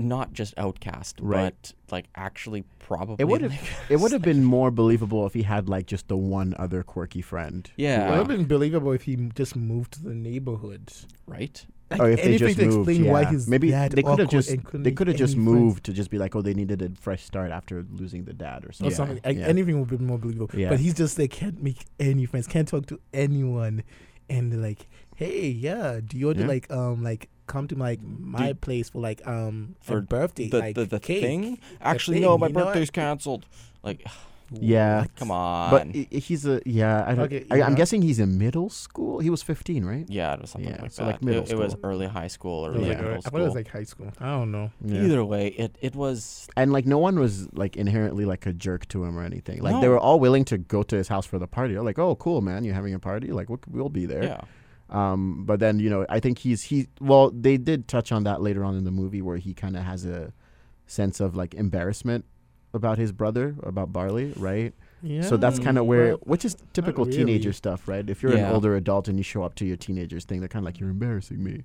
not just outcast,
Right.
but like actually probably
It would
like-
have it would have been more believable if he had like just the one other quirky friend.
It would
[LAUGHS] yeah,
have been believable if he m- just moved to the neighborhood.
right.
Like,
or Oh, if they
anything
just
to
moved,
explain why
yeah.
his
maybe
dad
they could have
awkward
just
and couldn't
they
make
could have just
any friends.
moved to just be like, oh, they needed a fresh start after losing the dad or
or
something.
something. Like,
Yeah.
Anything would be more believable.
Yeah.
But he's just like can't make any friends, can't talk to anyone, and they're like, hey, yeah, do you want
Yeah.
to like um like come to my my
Dude.
place for like um
For
for birthday
The
like
the, the
cake?
thing actually no,
thing,
my
you know what?
birthday's canceled. Like
Yeah.
come on,
But i- i- he's a yeah. I don't.
Okay,
I, I'm
yeah.
guessing he's in middle school. He was 15, right?
Yeah, it was something
Yeah,
like
so,
that.
like, middle
it, it was
school.
early high school or
It was
early
like,
middle
I
school.
thought it was like high school. I don't know.
Either way, it, it was
And like no one was like inherently like a jerk to him or anything. Like they
No.
were all willing to go to his house for the party. They're like, oh, cool, man, you're having a party. Like we'll, we'll be there.
yeah.
Um, but then you know, I think he's he. Well, they did touch on that later on in the movie where he kind of has a sense of like embarrassment about his brother about Barley, right?
Yeah.
So that's kind of
Mm,
where,
well,
which is typical
really.
teenager stuff, right? If you're
Yeah.
an older adult and you show up to your teenagers thing, they're kind of like, you're embarrassing me.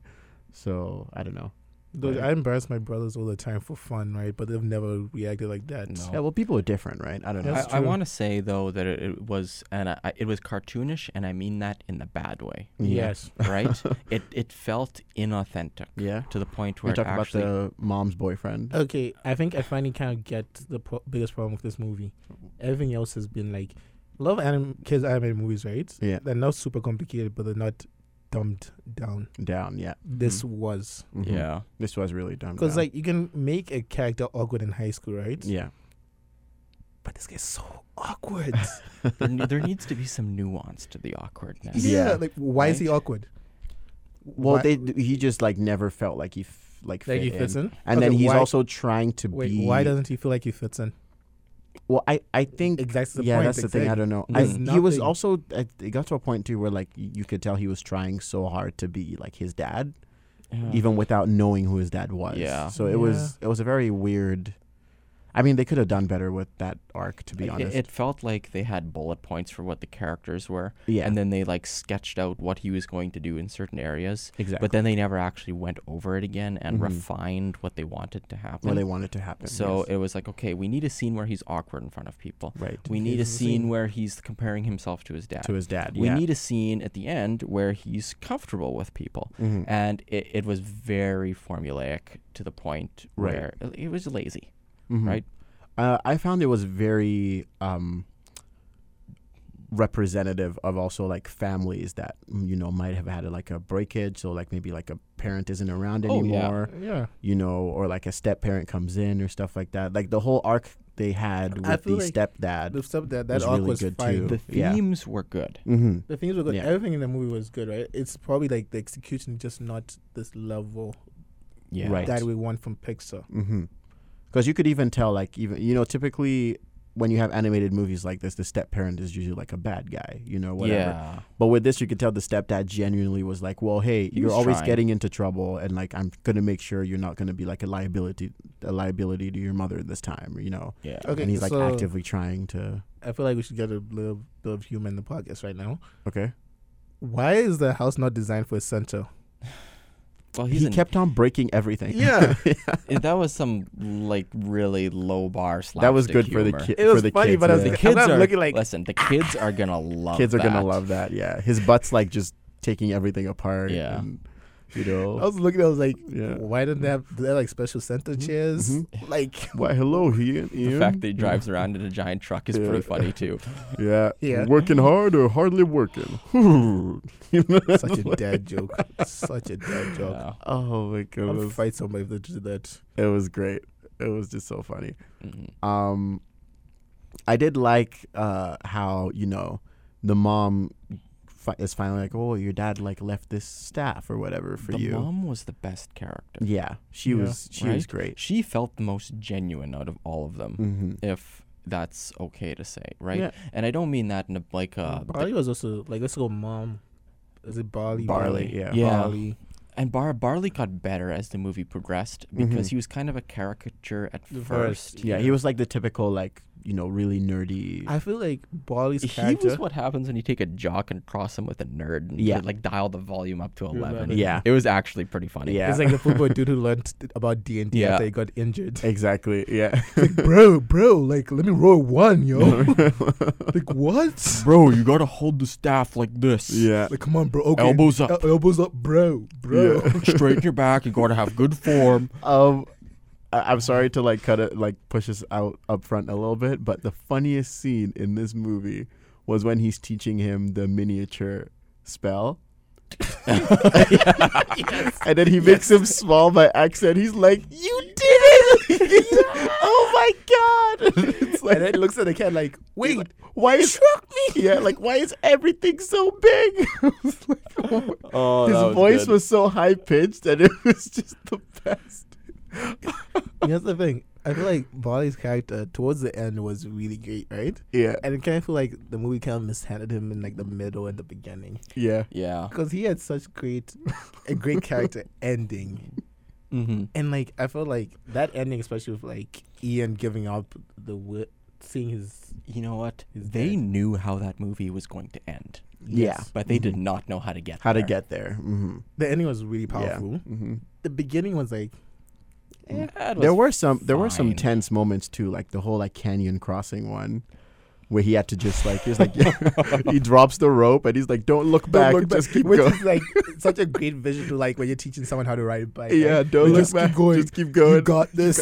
So I don't know.
Though
Right.
I embarrass my brothers all the time for fun, right? But they've never reacted like that.
No.
Yeah, well, people are different, right? I don't know.
That's
I, I
true.
want to say though that it, it was and I, I- it was cartoonish, and I mean that in the bad
[LAUGHS]
way.
Yes.
Right?
[LAUGHS]
it it felt inauthentic
Yeah.
to the point
We're
where it
talking about
actually
the mom's boyfriend.
Okay, I think I finally kind of get the pro- biggest problem with this movie. Everything else has been like, love anim- kids anime movies, right?
Yeah.
They're not super complicated, but they're not dumbed down.
Down. Yeah.
This was
Mhm.
yeah.
This was really dumb.
because like you can make a character awkward in high school, right? [LAUGHS]
Yeah.
But this guy's so
[LAUGHS]
awkward. [LAUGHS]
there, ne- there needs to be some nuance to the awkwardness.
yeah.
Yeah.
Like, why is he
Right.
awkward?
Well,
Why-
they he just like never felt like he f- like,
like
fit
he fits
in.
in,
And then
Okay,
he's
why-
also trying to
Wait,
be.
why doesn't he feel like he fits in?
Well, I I think
Exactly. The
yeah,
point.
that's the thing. I
exact-
don't know. I,
There's
he was
nothing.
also. I- It got to a point too where like y- you could tell he was trying so hard to be like his dad,
Yeah.
Uh-huh.
even without knowing who his dad was.
Yeah.
So it was it was a very weird. I mean, they could have done better with that arc, to be
Like, it-
honest.
Uh, It, felt like they had bullet points for what the characters were,
yeah.
and then they like sketched out what he was going to do in certain areas.
exactly.
But then they never actually went over it again and
Mhm.
refined what they wanted to happen.
where they wanted to happen.
so
yes.
it was like, okay, we need a scene where he's awkward in front of people.
right
We need a
Here's the scene.
scene where he's comparing himself to his dad.
to his dad.
we
yeah.
need a scene at the end where he's comfortable with people.
Mhm.
And it, it was very formulaic to the point
Right.
where it- it was lazy.
Mhm.
right?
Uh, I found it was very um, representative of also like families that mm, you know might have had like a breakage, so like maybe like a parent isn't around
Oh, yeah.
anymore,
Yeah.
you know, or like a step parent comes in or stuff like that. Like the whole arc they had
I
with the
feel like
stepdad.
The stuff that that
was
arc
really
was
good,
fine.
too.
The
Yeah.
themes were good.
mm-hmm.
The things were good.
Yeah.
Everything in the movie was good, right? It's probably like the execution, just not this level
Yeah.
Right.
that we want from Pixar.
Mm-hmm. Because you could even tell, like, even you know, typically when you have animated movies like this, the step parent is usually like a bad guy, you know, whatever.
Yeah.
But with this, you could tell the stepdad genuinely was like, "Well, hey, you're
was
always
trying.
getting into trouble, and like I'm gonna make sure you're not gonna be like a liability, a liability to your mother this time, you know."
Yeah.
Okay.
and he's like
so-
actively trying to.
I feel like we should get a little bit of humor in the podcast right now.
Okay.
Why is the house not designed for a center?
Well, he's
He
an-
kept on breaking everything. [LAUGHS]
Yeah.
it- that was some like really low bar slapstick
that was good for the
humor.
kid.
It was
for the
funny,
kids,
but I was
yeah.
The
I'm
kids
not
are
looking like- "Oh,
listen.
[LAUGHS]
The kids are gonna love.
kids are gonna
that.
love that. Yeah, his butt's like just taking everything apart.
Yeah.
and, you
I
know.
was looking, I was like,
Yeah.
why didn't they have do they have, like special center chairs?
Mhm.
Like,
Why, hello, he and
The
Ian.
fact that he drives around in a giant truck is
Yeah.
pretty funny
[LAUGHS]
too.
Yeah.
Yeah. Oh
Working hard or hardly working.
[LAUGHS]
[LAUGHS]
such [LAUGHS] a dad joke. Such a dad joke.
Yeah.
oh my
I would
goodness.
fight somebody if they did that.
It was great. It was just so funny.
Mhm.
Um, I did like uh, how you know the mom fi- is finally like, oh, your dad like left this staff or whatever for
the
you.
mom was the best character.
Yeah, she
Yeah.
was. She was
Right?
great.
She felt the most genuine out of all of them,
Mm-hmm.
if that's okay to say, right?
Yeah.
And I don't mean that in a like a.
Barley was also like let's go mom. Is it Barley?
Barley, yeah.
Yeah.
Barley.
and Bar- Barley got better as the movie progressed because
Mhm.
he was kind of a caricature at
The
first.
first,
Yeah, he was like the typical like you know really nerdy.
I feel like Barley's
He
character.
was what happens when you take a jock and cross him with a nerd and
Yeah.
yeah. like dial the volume up to eleven.
Eleven.
yeah,
It was actually pretty funny.
yeah.
It's like the football dude who [LAUGHS] learned th- about D and D
Yeah.
after he got injured.
exactly.
[LAUGHS]
Yeah.
like, [LAUGHS] bro, bro, like let me roll one, [LAUGHS] yo. like what?
Bro, you gotta hold the staff like this.
yeah.
Like come on, bro. Okay.
Elbows
[LAUGHS]
up.
El- elbows up, bro, bro.
[LAUGHS]
Yeah.
Straighten your back. You gotta have good form.
Um, I- I'm sorry to like cut it, like push us out up front a little bit, but the funniest scene in this movie was when he's teaching him the miniature
[LAUGHS]
spell. And then he makes him small by accident. He's like, "You did it! [LAUGHS] oh my
[LAUGHS]
god!" it's like,
And then he looks at the cat like, wait,
why is [LAUGHS] yeah, like why is everything so big? [LAUGHS] I was like, oh my-
Oh,
his voice was so high pitched and it was just the best.
here's the thing. I feel like Barley's character towards the end was really great, right?
Yeah,
And it kind of feel like the movie kind of mishandled him in like the middle and the beginning
yeah.
Yeah.
because he had such great, a great
[LAUGHS]
character ending.
Mm-hmm.
And like I felt like that ending, especially with like Ian giving up the wi- seeing his
You know what?
He's
they
dead.
knew how that movie was going to end,
Yeah.
Yes.
but they
Mhm.
did not know how to get
How to
there.
get there? Mm-hmm.
the ending was really powerful.
Yeah. Mm-hmm.
the beginning was
[LAUGHS]
like
Eh, it
there
was
were some there were some
fine.
tense moments too, like the whole like canyon crossing one. Where he had to just like he's like [LAUGHS] he drops the rope and he's like don't look back
Don't look [LAUGHS]
just keep
which
going
is
[LAUGHS]
like such a great vision to like when you're teaching someone how to ride a bike. like,
yeah don't
you
look
just
back
keep going.
just keep going
You
[LAUGHS]
got this.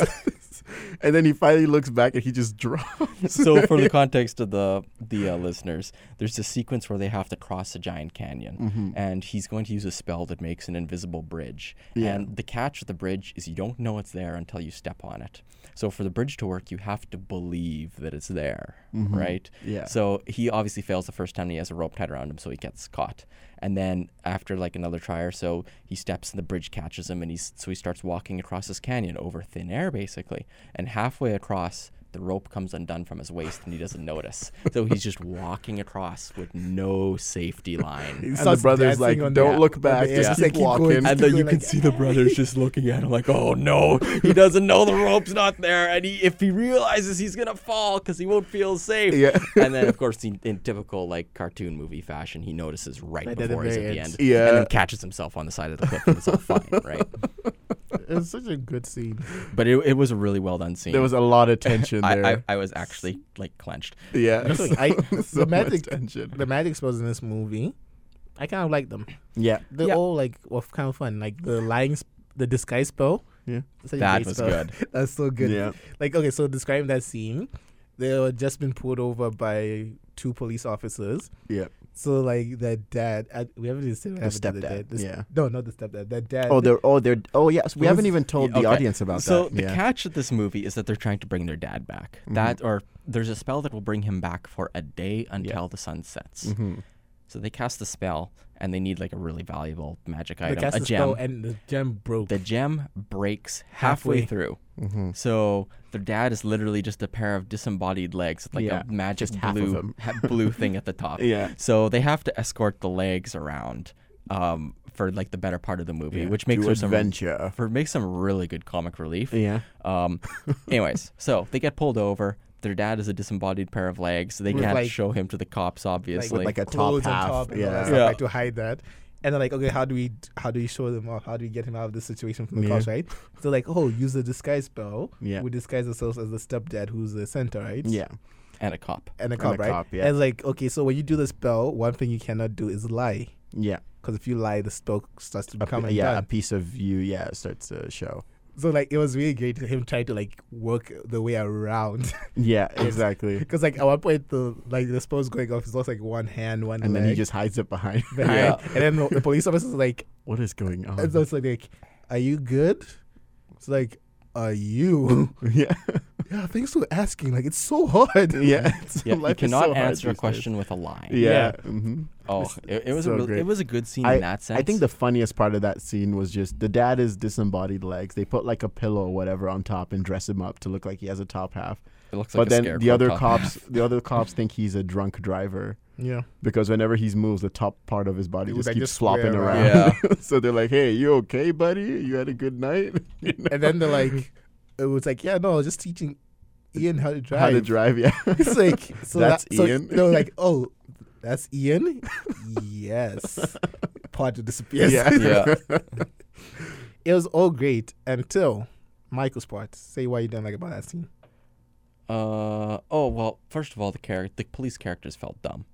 and then he finally looks back and he just drops
[LAUGHS] so
[LAUGHS]
for the context of the the uh, listeners, there's a sequence where they have to cross a giant canyon,
Mm-hmm.
[LAUGHS] Mm.
and he's going to use a spell that makes an invisible bridge.
Yeah.
And the catch with the bridge is you don't know it's there until you step on it. So for the bridge to work, you have to believe that it's there, right?
Mm-hmm. Yeah.
So he obviously fails the first time. and He has a rope tied around him, so he gets caught. And then after like another try or so, he steps and the bridge catches him, and he's so he starts walking across this canyon over thin air basically. And halfway across, the rope comes undone from his waist, and he doesn't notice. So he's just walking across with no safety line.
He
and the
starts
brother's
dancing
like
on
don't
the-
look
on the
back
air,
just
just
keep
like, keep going,
walking
just
And then you
going
can
like,
see the brothers just looking at him like, "Oh no, he doesn't know the rope's not there." And he, if he realizes he's gonna fall because he won't feel safe,
[LAUGHS] yeah
and then of course in, in typical like cartoon movie fashion he notices right
Right at the
before he's at
very
the
end.
end
Yeah.
and then catches himself on the side of the cliff and it's all [LAUGHS] fine right
It was such a good
[LAUGHS]
scene.
but it, it was a really well done scene
there was a lot of tension there
I, I, I was actually like clenched
yeah
That's like, I-
[LAUGHS] so much
dramatic-
tension
The magic spells in this movie, I kind of like them.
yeah
They're
Yeah.
all like well, kind of fun. Like the lying, sp- the disguise spell.
Yeah.
Such a
that
great
was
spell.
good
[LAUGHS] That's so good.
yeah
Like okay, so describe that scene. They were just been pulled over by two police officers.
yeah
So like their dad, I, we haven't even said what
The
happened to
stepdad,
the dad. The s-
yeah.
no, not the stepdad. Their dad.
oh they're oh they're oh yes we
What
haven't
was-
even told
Yeah,
the
okay.
audience about
so
that
the
yeah
catch of this movie is that they're trying to bring their dad back
Mm-hmm.
that or there's a spell that will bring him back for a day until the sun sets
Mm-hmm.
Mhm.
so they cast the spell and they need like a really valuable magic
the
item
cast
a
the
gem
spell and the gem broke.
the gem breaks halfway,
Halfway.
through.
Mm-hmm.
So their dad is literally just a pair of disembodied legs, with, like
Yeah,
a magic
just half of
blue
them.
[LAUGHS] ha- blue thing at the top.
[LAUGHS] Yeah.
So they have to escort the legs around um, for like the better part of the movie,
Yeah.
which makes
To
for
adventure
some for makes some really good comic relief.
yeah [LAUGHS]
Um, anyways, so they get pulled over. Their dad is a disembodied pair of legs. They
With,
can't
like-
show him to the cops, obviously.
like a top
clothes on
half
top and all that
yeah
stuff,
Yeah.
like, to hide that. And they're like, okay, how do we how do we show them off? How do we get him out of this situation from the
Yeah.
cops, right? So like, oh, use the disguise spell.
Yeah.
We disguise ourselves as the stepdad who's the center, right?
yeah
and a
[LAUGHS]
cop.
And a
a
cop, right?
cop, yeah.
And it's like, okay, so when you do the spell, one thing you cannot do is lie.
yeah
Because if you lie, the spell starts to
A
become
pi-
undone.
yeah a piece of you yeah starts to show
So like it was really great him trying to like work the way around
[LAUGHS]
[LAUGHS]
[LAUGHS] yeah exactly
because like at one point the like the spell's going off it's lost like one hand one
and
leg
then he just hides it [LAUGHS] behind
behind.
Yeah.
and then the, the police officer's like
what is going on
it's also like are you good it's like are you
[LAUGHS]
[LAUGHS]
yeah
yeah thanks for asking like it's so hard
[LAUGHS] yeah, it's-
Yeah, you
life is
cannot
so hard
answer a
these days.
question with a lie.
yeah,
Yeah.
mhm.
Oh, it, it was
so
a really,
great.
it was a good scene in that sense.
I think the funniest part of that scene was just the dad is disembodied legs. They put like a pillow or whatever on top and dress him up to look like he has a top half.
It looks like
but
a
then the
scarecrow
other
top
cops, the other cops think he's a drunk driver
yeah
because whenever he moves, the top part of his body
It
just
would, like,
keeps
just
flopping
sway
around.
around.
Yeah.
[LAUGHS] so they're like, "Hey, you okay, buddy? You had a good night? [LAUGHS] You know?
and then they're like it was like yeah no I was just teaching Ian how to drive
How to drive? Yeah,
[LAUGHS] it's
[LAUGHS]
like so
That's
that, so
Ian?
they're like oh that's Ian yes part to disappears
yeah, [LAUGHS]
yeah.
[LAUGHS] it was all great until Michael's part. Say why you don't like about that scene.
Uh oh well. First of all, the character, the police characters felt dumb,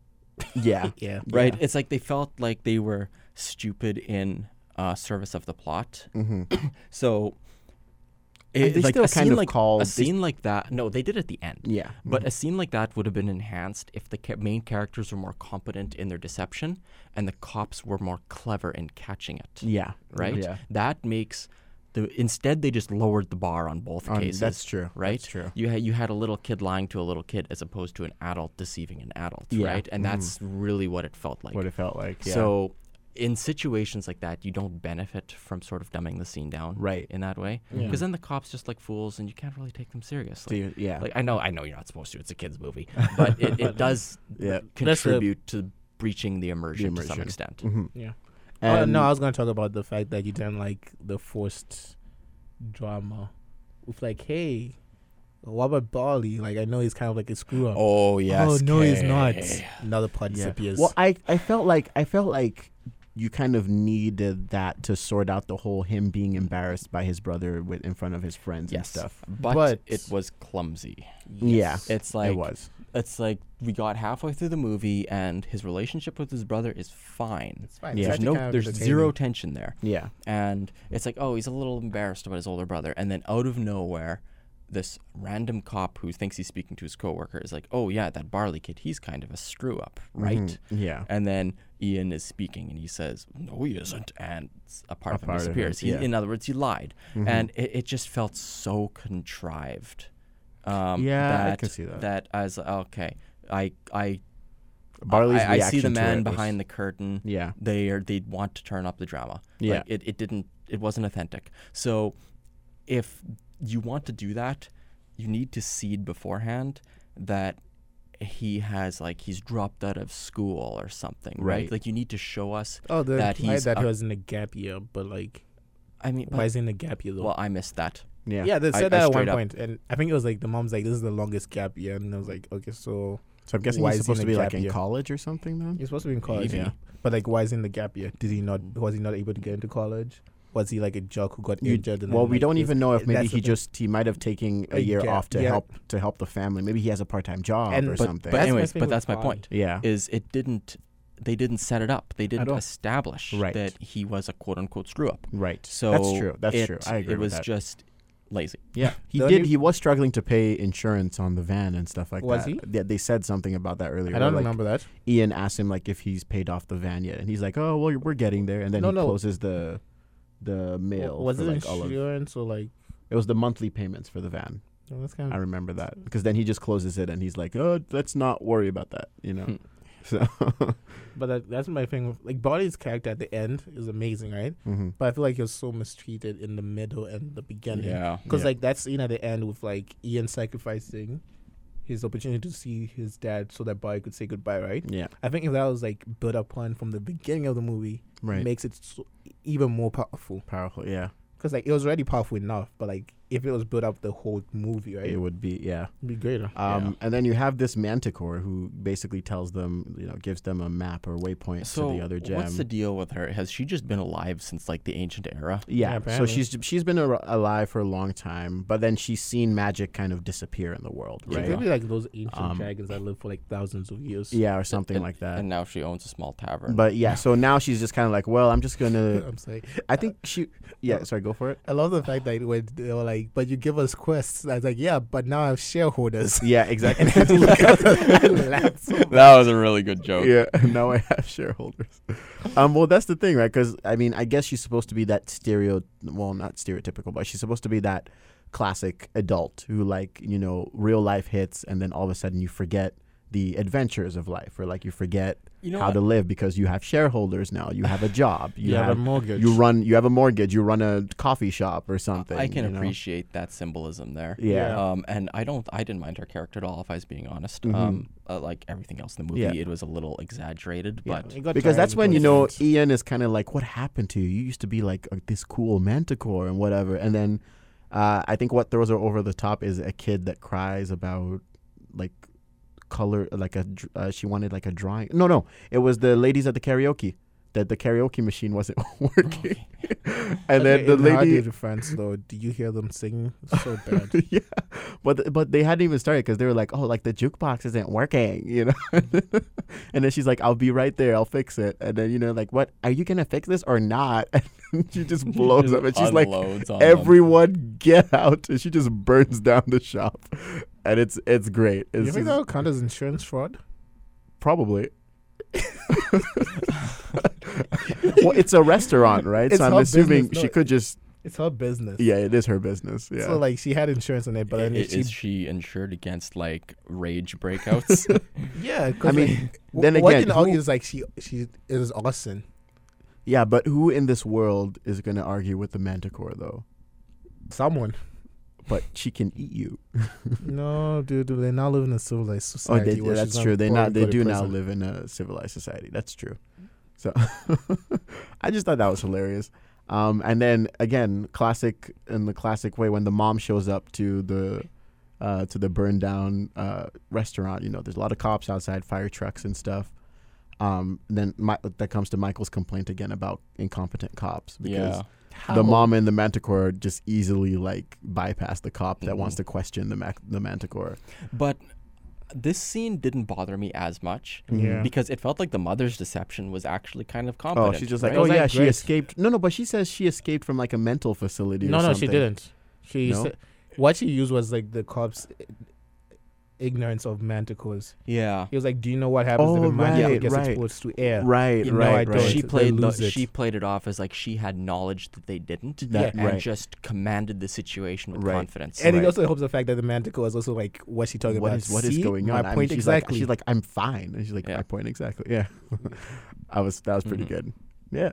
yeah,
Yeah.
right? It's like they felt like they were stupid in uh, service of the plot.
hmm
So,
And they
like
still
a
kind
scene
of
like
called- Mm-hmm.
a
they-
scene like that. No, they did at the end.
yeah,
But a scene like that would have been enhanced if the ca- main characters were more competent in their deception and the cops were more clever in catching it.
yeah,
right?
Yeah,
That makes the instead they just lowered the bar on both
Um,
cases.
that's true.
Right?
That's true.
You had you had a little kid lying to a little kid as opposed to an adult deceiving an adult,
Yeah. Mm-hmm.
right? And that's really what it felt like.
what it felt like. Yeah.
So in situations like that, you don't benefit from sort of dumbing the scene down
Right.
in that way
Yeah.
because then the cops just like fools and you can't really take them
Do
seriously.
you- yeah, uh,
Like I know I know you're not supposed to. It's a kids
[LAUGHS]
movie, but it, it does
Yeah.
contribute to breaching the immersion, to some
immersion.
extent.
Mhm.
Yeah. Uh,
And
no, I was gonna talk about the fact that you didn't like the forced drama with like, hey, what about Bali? Like I know he's kind of like a screw up.
Oh yes.
no, he's not.
Kay.
Another part
Yeah.
disappears.
Well, I I felt like I felt like you kind of needed that to sort out the whole him being embarrassed by his brother with, in front of his friends and
Yes.
stuff.
But,
But-
it was clumsy.
Yeah,
It's like
it was.
it's like we got halfway through the movie and his relationship with his brother is fine.
It's fine.
Yeah.
It's
There's
actually
no
kind of
there's
entertaining.
zero tension there.
Yeah,
and it's like oh he's a little embarrassed about his older brother and then out of nowhere this random cop who thinks he's speaking to his coworker is like oh yeah that barley kid he's kind of a screw up right
Mhm. Yeah,
and then ian is speaking and he says no he isn't and s- a part
A
of him
part of it,
disappears
yeah.
he, in other words he lied
Mhm.
and it, it just felt so contrived um,
Yeah, I
that,
can see that.
that i was like okay i i
Barley's
I, I see the
reaction to
man
it was-
behind the curtain
Yeah,
they are they want to turn up the drama.
Yeah.
Like it, it didn't it wasn't authentic. So if you want to do that, you need to seed beforehand that he has like he's dropped out of school or something, right?
Right.
Like you need to show us
Oh, the
that
that,
he's
that
a-
he was in a gap year, but like,
I mean
why
but,
is he in a gap year though?
well I missed that.
yeah,
yeah, they
I-
said
I
that at one
straight up-
point, and I think it was like the mom's like, "This is the longest gap year," and I was like, "Okay, so
So I'm guessing
Why
he's
is he in
supposed to
a
be like
gap
in
year?
college or something then.
you're supposed to be in college,
Maybe.
yeah. but like, why is he in the gap year? Did he not? Was he not able to get into college? Was he like a jock who got
You-
injured?" And
well,
then,
we
like,
don't
he
even know if
that's
maybe
the
he
thing.
just he might have taken a
A
year
gap,
off to
yeah.
help to help the family. Maybe he has a part time job
And-
or
But-
something.
But
That's my
anyways,
thing
but
with
that's my
Bond.
point.
yeah,
Is it didn't they didn't set it up. They didn't
all.
establish
Right.
that he was a quote unquote screw up.
right.
So
that's true. That's
it-
true. I agree.
It was
with that.
just lazy.
yeah. [LAUGHS] He
Don't
did.
you-
he was struggling to pay insurance on the van and stuff like
Was
that.
he?
Yeah, they said something about that earlier.
I
where,
don't
like,
remember that.
Ian asked him like if he's paid off the van yet, and he's like, "Oh, well, we're getting there." And then
No,
he
no.
closes the the mail.
was
for,
it
like, all of,
insurance or like?
it was the monthly payments for the van.
Oh, that's kind
I
of.
remember that because then he just closes it and he's like, "Oh, let's not worry about that," you know.
Hmm.
[LAUGHS] So,
But that, that's my thing. with- Like, Barley's character at the end is amazing, right?
mhm.
But I feel like he was so mistreated in the middle and the beginning.
Yeah.
Because
Yeah.
like that scene at the end with like Ian sacrificing his opportunity to see his dad so that Barry could say goodbye, right?
yeah,
I think if that was like built upon from the beginning of the movie,
right.
makes it so, even more powerful.
Powerful, yeah.
Because like it was already powerful enough, but like if it was built up the whole movie, right,
It
it would
would be, yeah.
be greater.
Um, And then you have this Manticore who basically tells them, you know, gives them a map or waypoint
So
to the other gem.
what's the deal with her? Has she just been alive since like the ancient era?
Yeah,
yeah, so
apparently.
she's she's been ar- alive for a long time, but then she's seen magic kind of disappear in the world,
Yeah.
It
right?
could be like those ancient
Um,
dragons that live for like thousands of years.
Yeah, or something like that.
And now she owns a small tavern. [LAUGHS]
But [LAUGHS] yeah, so now she's just kind of like, well, I'm
[LAUGHS]
just gonna.
I'm sorry.
I think she. Yeah, sorry, go for it.
I love the fact that when they were like, "But you give us quests," I was like, "Yeah, but now I have shareholders."
Yeah, exactly.
[LAUGHS] that was a really good joke.
Yeah, [LAUGHS] now I have shareholders. Um, well, that's the thing, right? Because I mean, I guess she's supposed to be that stereo, well, not stereotypical, but she's supposed to be that classic adult who, like, you know, real life hits, and then all of a sudden you forget the adventures of life, or like you forget
You know
how
what?
to live because you have shareholders now, you have
[LAUGHS]
a job, [LAUGHS] you, have,
mortgage.
you run, you have a mortgage, you run a coffee shop or something.
I can
you know?
appreciate that symbolism there.
Yeah. uh,
Yeah.
Um, and I don't. I didn't mind her character at all. If I was being honest,
Mhm.
um, uh, like everything else in the movie,
Yeah.
it was a little exaggerated.
Yeah. [LAUGHS]
But
because that's when you know Ian is kind of like, "What happened to you? You used to be like uh, this cool manticore and whatever." And then uh, I think what throws her over the top is a kid that cries about like color, like a dr- uh, she wanted like a drawing. No, no, it was the ladies at the karaoke that the karaoke machine wasn't [LAUGHS] working, and then Oh. the lady.
in France though, do you hear them singing It's
[LAUGHS]
so bad?
yeah, but th- but they hadn't even started because they were like, oh, like the jukebox isn't working, [LAUGHS] you know. and then she's like, I'll be right there, I'll fix it. And then you know, like, what are you gonna fix this or not? [LAUGHS] And then she
[LAUGHS]
[LAUGHS] just blows up, and she's like,
Unloads on them.
everyone get out, and she just burns down the shop, and it's it's great.
you
It's
think
just-
that would count as insurance fraud? [LAUGHS]
probably. [LAUGHS] well, it's a restaurant, right?
It's
so I'm
her
assuming
business,
she
no.
could just.
It's her business.
Yeah, it is her business. Yeah.
So like she had insurance on it, but
I-
then
i-
she
is she insured against like rage breakouts?
yeah.
I
'cause,
mean,
like, w-
[LAUGHS] then
one
again,
can
who-
argue is like she she it is awesome.
Yeah, but who in this world is going to argue with the manticore though? [LAUGHS]
Someone.
But she can eat you.
no, dude, they now live in a civilized
Oh,
society.
they,
where she's
that's
not
true. They
probably
not they
go to
do now
prison.
live in a civilized society. That's true. So [LAUGHS] I just thought that was hilarious. Um, and then again, classic in the classic way when the mom shows up to the uh, to the burned down uh, restaurant. You know, there's a lot of cops outside, fire trucks and stuff. Um, then my, that comes to Michael's complaint again about incompetent cops [LAUGHS] because
[LAUGHS] yeah.
the mom and the manticore just easily like bypass the cop that wants
Mhm.
to question the mac- the manticore.
But this scene didn't bother me as much
Yeah.
because it felt like the mother's deception was actually kind of
Oh,
competent.
she's just like,
right?
oh
Was that
yeah, she
great?
escaped. No, no, but she says she escaped from like a mental facility.
No,
or
no, she
something.
didn't. She
No?
said, what she used was like the cops' ignorance of manticores.
yeah.
He was like, "Do you know what happens if
Oh,
a manticore
right,
gets
right.
exposed to air?"
Right,
You
know, I
right,
don't.
right.
She
They
played the,
lose it.
she played it off as like she had knowledge that they didn't
That-
and
right.
just commanded the situation with
Right.
confidence.
And
Right.
it also helps the fact that the manticore was also like, "What's she talking
What
about?
is what is
See?
going
My
on? I mean,
point
she's
exactly.
Like, she's like, I'm fine, and she's like,
Yeah.
my point exactly. Yeah, I was that was pretty
Mm-hmm.
Mhm.
good. Yeah.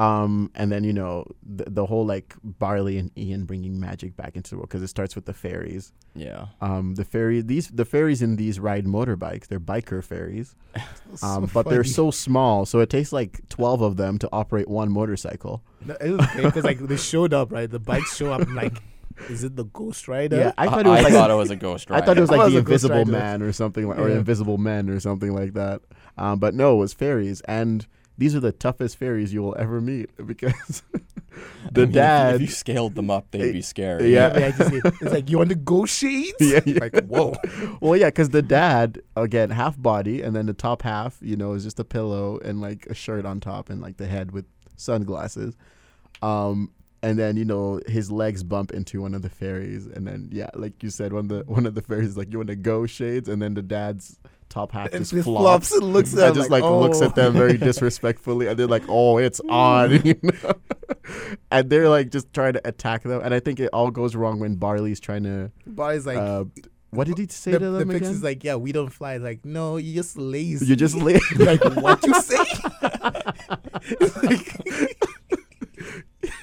Um, and then you know the, the whole like Barley and Ian bringing magic back into the world because it starts with the fairies.
yeah.
Um, the fairy these the fairies in these ride motorbikes. They're biker fairies,
[LAUGHS] [LAUGHS] So
um, but they're
funny.
so small, so it takes like twelve of them to operate one motorcycle.
No, it was because like they showed up, right? The bikes show up. I'm like, is it the Ghost Rider?
Yeah, I thought it was
I
like
thought it was a ghost
I thought it was
I
like
thought
the
it was a Ghost
Invisible
Rider.
Man or something, like, or
Yeah.
Invisible Men or something like that. Um, but no, it was fairies, and these are the toughest fairies you will ever meet because [LAUGHS] the
[LAUGHS] I mean, if you-
dad.
If you scaled them up, they'd
[LAUGHS]
be scary. [LAUGHS]
Yeah.
but I just- it's like you want to go shades?
[LAUGHS] Yeah, yeah.
Like whoa.
well, yeah, because the dad again half body, and then the top half, you know, is just a pillow and like a shirt on top, and like the head with sunglasses. Um, and then you know his legs bump into one of the fairies, and then yeah, like you said, one of the [LAUGHS] one of the fairies is like, "You want to go shades?" And then the dad's top half
And
just,
just
flops.
flops [LAUGHS] and looks at
and
him
just like,
like,
looks at
"Oh."
them very disrespectfully, and they're like, "Oh, it's on," [LAUGHS] you know? and they're like just trying to attack them. And I think it all goes wrong when Barley's trying to.
[LAUGHS] Body's like
uh, what did he say
the,
to
the
them
fix
again?
is like, yeah, we don't fly. It's like, no, you're just lazy.
You're
[LAUGHS]
[LAUGHS]
just [LAUGHS] lazy.
like what you say?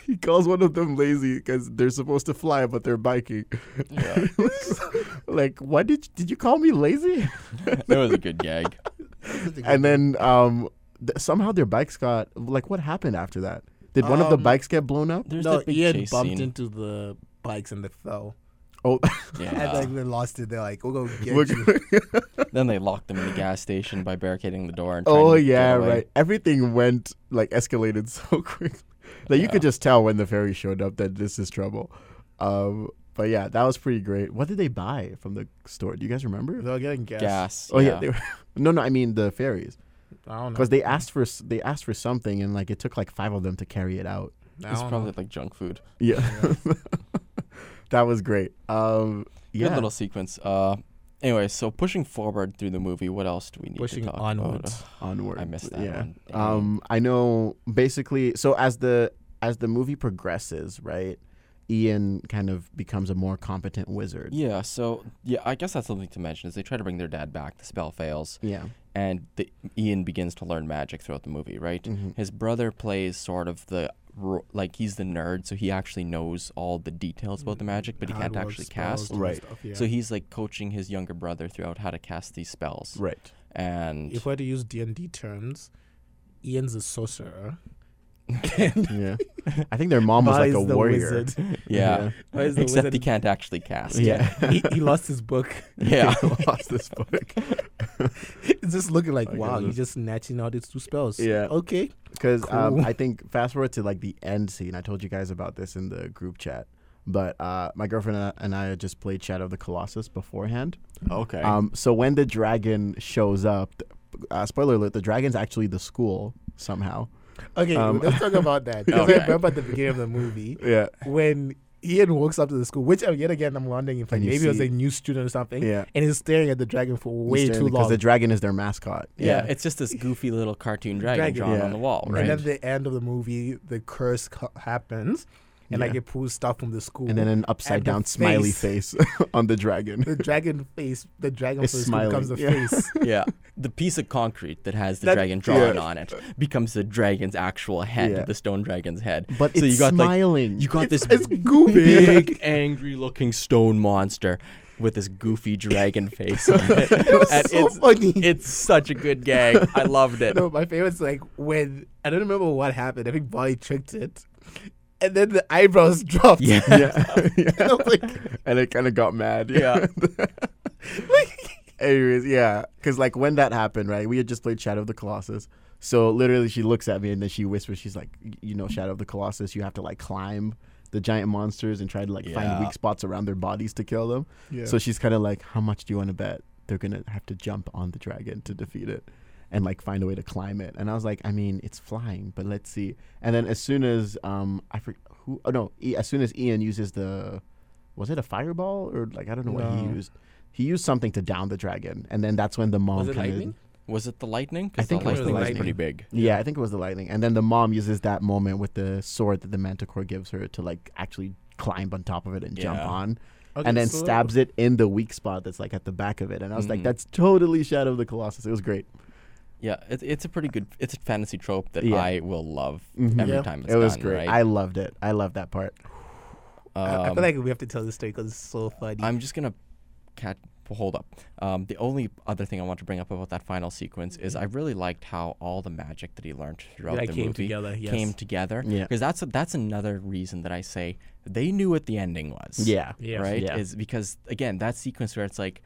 he calls one of them lazy because they're supposed to fly, but they're biking.
Yeah.
[LAUGHS] like, what did did you call me lazy?
That was a good gag.
[LAUGHS] And then um, th- somehow their bikes got like, what happened after that? Did one of the
Um,
bikes get blown up?
There's
no,
that big
Ian
chase
bumped
scene.
into the bikes and they fell.
Oh,
And
Yeah.
like they lost it. They're like, we're gonna get
we're-
you.
[LAUGHS] then they locked them in the gas station by barricading the door. And
oh
trying to get
yeah,
away.
right. Everything went like escalated [LAUGHS] so quickly that you
Yeah.
could just tell when the ferry showed up that this is trouble. Um, but yeah, that was pretty great. What did they buy from the store? Do you guys remember?
They're getting gas.
Gas.
Oh yeah, they were. [LAUGHS] No, no, I mean the ferries, [LAUGHS]
I
Mm.
don't know.
because they asked for s- they asked for something, and like it took like five of them to carry it out. [LAUGHS]
I
it's
don't
probably
know.
like junk food.
Yeah,
[LAUGHS]
that was great. Um, yeah,
Good little sequence. Uh, anyway, so pushing forward through the movie, what else do we need
pushing
to talk
onwards.
about?
onward.
I missed that
Yeah,
one. Damn.
um, I know. Basically, so as the as the movie progresses, right, Ian kind of becomes a more competent wizard.
yeah, so yeah, I guess that's something to mention is they try to bring their dad back. The spell fails,
Yeah.
and the, Ian begins to learn magic throughout the movie. Right,
Mm-hmm.
his brother plays sort of the ro- like he's the nerd, so he actually knows all the details about the
Mm,
magic, but he
How it
can't
works,
actually
Mm. spells,
cast.
different
Right.
stuff, yeah.
So he's like coaching his younger brother throughout how to cast these spells. [LAUGHS]
Right.
And
if I had to use D and D terms, Ian's a sorcerer.
Yeah. I think their mom was like
Barley's
a
the
warrior.
wizard.
yeah,
Barley's the
except he
wizard.
can't actually cast.
[LAUGHS] Yeah.
[LAUGHS] he, he lost his book.
[LAUGHS]
[LAUGHS]
yeah.
[LAUGHS] lost this book.
It's just looking like,
Okay,
wow,
this
you're
is-
just snatching out these two spells.
Yeah.
Okay.
Because um,
Cool.
I think fast forward to like the end scene. I told you guys about this in the group chat, but uh, my girlfriend and I- and I had just played Shadow of the Colossus beforehand.
Okay.
Um, so when the dragon shows up, uh, spoiler alert: the dragon's actually the school somehow.
Okay,
Um,
let's
[LAUGHS]
talk about that. Because
okay.
I remember at the beginning of the movie
Yeah,
when Ian walks up to the school, which uh, yet again I'm wondering if like,
And you
maybe it was
see-
a new student or something,
yeah.
and he's staring at the dragon for way too
Because
long.
the dragon is their mascot.
Yeah, it's just this goofy little cartoon dragon,
Dragon.
drawn
Yeah.
on the wall,
Right.
right?
And [LAUGHS] at the end of the movie, the curse co- happens, and
Yeah.
like it pulls stuff from the school.
and then an upside
the
down smiley face [LAUGHS] on the dragon.
[LAUGHS] the dragon face, the dragon
It's
face becomes a
smiling, yeah.
face.
yeah, the piece of concrete that has the
That-
dragon drawn
yeah.
on it becomes the dragon's actual head,
Yeah.
the stone dragon's head.
But
so
it's
you got like
smiling.
you got this
it's goofy.
big, angry-looking stone monster with this goofy dragon face. on it. And
so
it's,
funny.
it's such a good gag. I
[LAUGHS]
loved it.
no, my favorite's like when I don't remember what happened. I think Bali tricked it, and then the eyebrows [LAUGHS] dropped.
Yeah.
[LAUGHS] yeah.
And I was like,
and it kind of got mad.
Yeah.
[LAUGHS] Anyways, yeah, because like when that happened, right? We had just played Shadow of the Colossus, so literally she looks at me and then she whispers, "She's like, "Y- you know, Shadow of the Colossus, you have to like climb the giant monsters and try to like
Yeah.
find weak spots around their bodies to kill them."
Yeah.
So she's kind of like, "How much do you want to bet they're gonna have to jump on the dragon to defeat it?" And like find a way to climb it, and I was like, I mean, it's flying, but let's see. And then as soon as um, I forget who, oh no, I- as soon as Ian uses the, was it a fireball or like I don't know what he
No.
used he used something to down the dragon, and then that's when the mom
Was it
kinda-
lightning?
Was it the lightning?
I
'Cause
think it
the
was the
lightning was
lightning.
pretty big.
Yeah, I think it was the lightning, and then the mom uses that moment with the sword that the manticore gives her to like actually climb on top of it and jump
Yeah.
on,
Okay,
and then
so-
stabs it in the weak spot that's like at the back of it, and I was like,
Mhm.
that's totally Shadow of the Colossus. It was great.
Yeah, it, it's a pretty good. It's a fantasy trope that
Yeah.
I will love
Mhm.
every
Yeah.
time it's
it was
done,
great. I
Right?
loved it. I loved that part.
I, I
Um,
feel like we have to tell this story because it's so funny.
I'm just gonna cat hold up. Um, the only other thing I want to bring up about that final sequence is I really liked how all the magic that he learned throughout
Mm-hmm. that
the
came
movie
together. Yes.
came together.
Yeah.
Because that's a, that's another reason that I say they knew what the ending was.
Yeah.
Yes.
Right.
Yeah.
Is because again that sequence where it's like.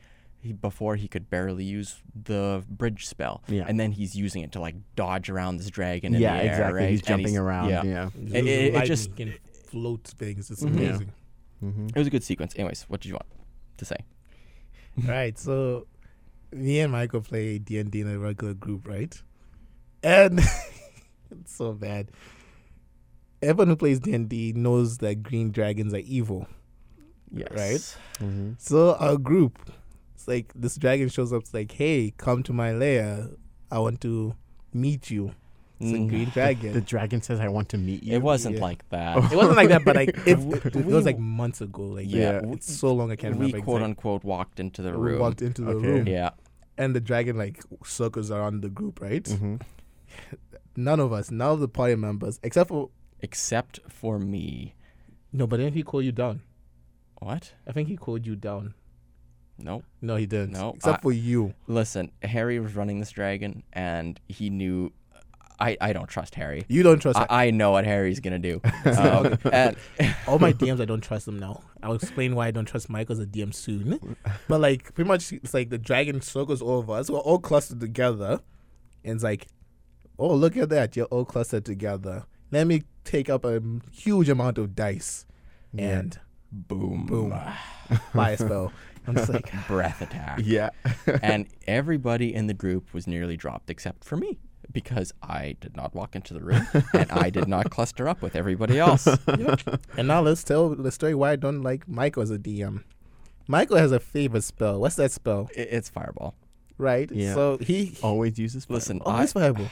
He, before he could barely use the bridge spell,
Yeah.
and then he's using it to like dodge around this dragon in
Yeah,
the air,
exactly.
right?
He's
And
jumping around.
yeah.
Yeah.
It's
It- it- it just-
lightning, it can float things. It's
Mhm.
Yeah.
[LAUGHS]
amazing.
Mm-hmm.
It was a good sequence. Anyways, what did you want to say?
right. So me and Michael play D and D in a regular group, right? And [LAUGHS] it's so bad. Everyone who plays D and D knows that green dragons are evil.
Yes.
Mm-hmm.
So our group, it's like this dragon shows up. It's like, hey, come to my lair. I want to meet you. It's a
Mm.
green
[LAUGHS]
The
dragon.
dragon says, "I want to meet you."
It wasn't
Mm-hmm. yeah. Oh,
like that.
it wasn't like that, but like it, it
We-
was like months ago. Like
[LAUGHS] Yeah.
yeah, it's so long I can't
we
remember.
quote
exactly.
unquote walked into the
We
room.
walked into the
Okay.
room,
yeah.
and the dragon like circles around the group, right?
Mm.
hmm
None of us, none of the party members, except for
Except for me.
no. But didn't he call you down?
What?
I think he called you down.
Nope.
No, he didn't.
No,
except
I-
for you.
Listen, Harry was running this dragon and he knew I, I don't trust Harry.
You don't trust.
I, I know what Harry's gonna do.
Mm-hmm. [LAUGHS]
Um, and-
all my DMs, I don't trust them now. I'll explain why I don't trust Mike as a DM soon. But like, pretty much, it's like the dragon circles all of us. We're all clustered together, and it's like, oh, look at that! You're all clustered together. Let me take up a huge amount of dice, and
boom.
boom, fire spell. I'm just like,
Breath attack.
Yeah.
and everybody in the group was nearly dropped except for me because I did not walk into the room and I did not cluster up with everybody
[LAUGHS]
else.
and now let's tell the story why I don't like Michael as a DM. Michael has a favorite spell. What's that spell?
I- It's fireball.
Right.
Yeah. Oh,
So he oh,
Always uses. fire.
Listen, I,
always fireball.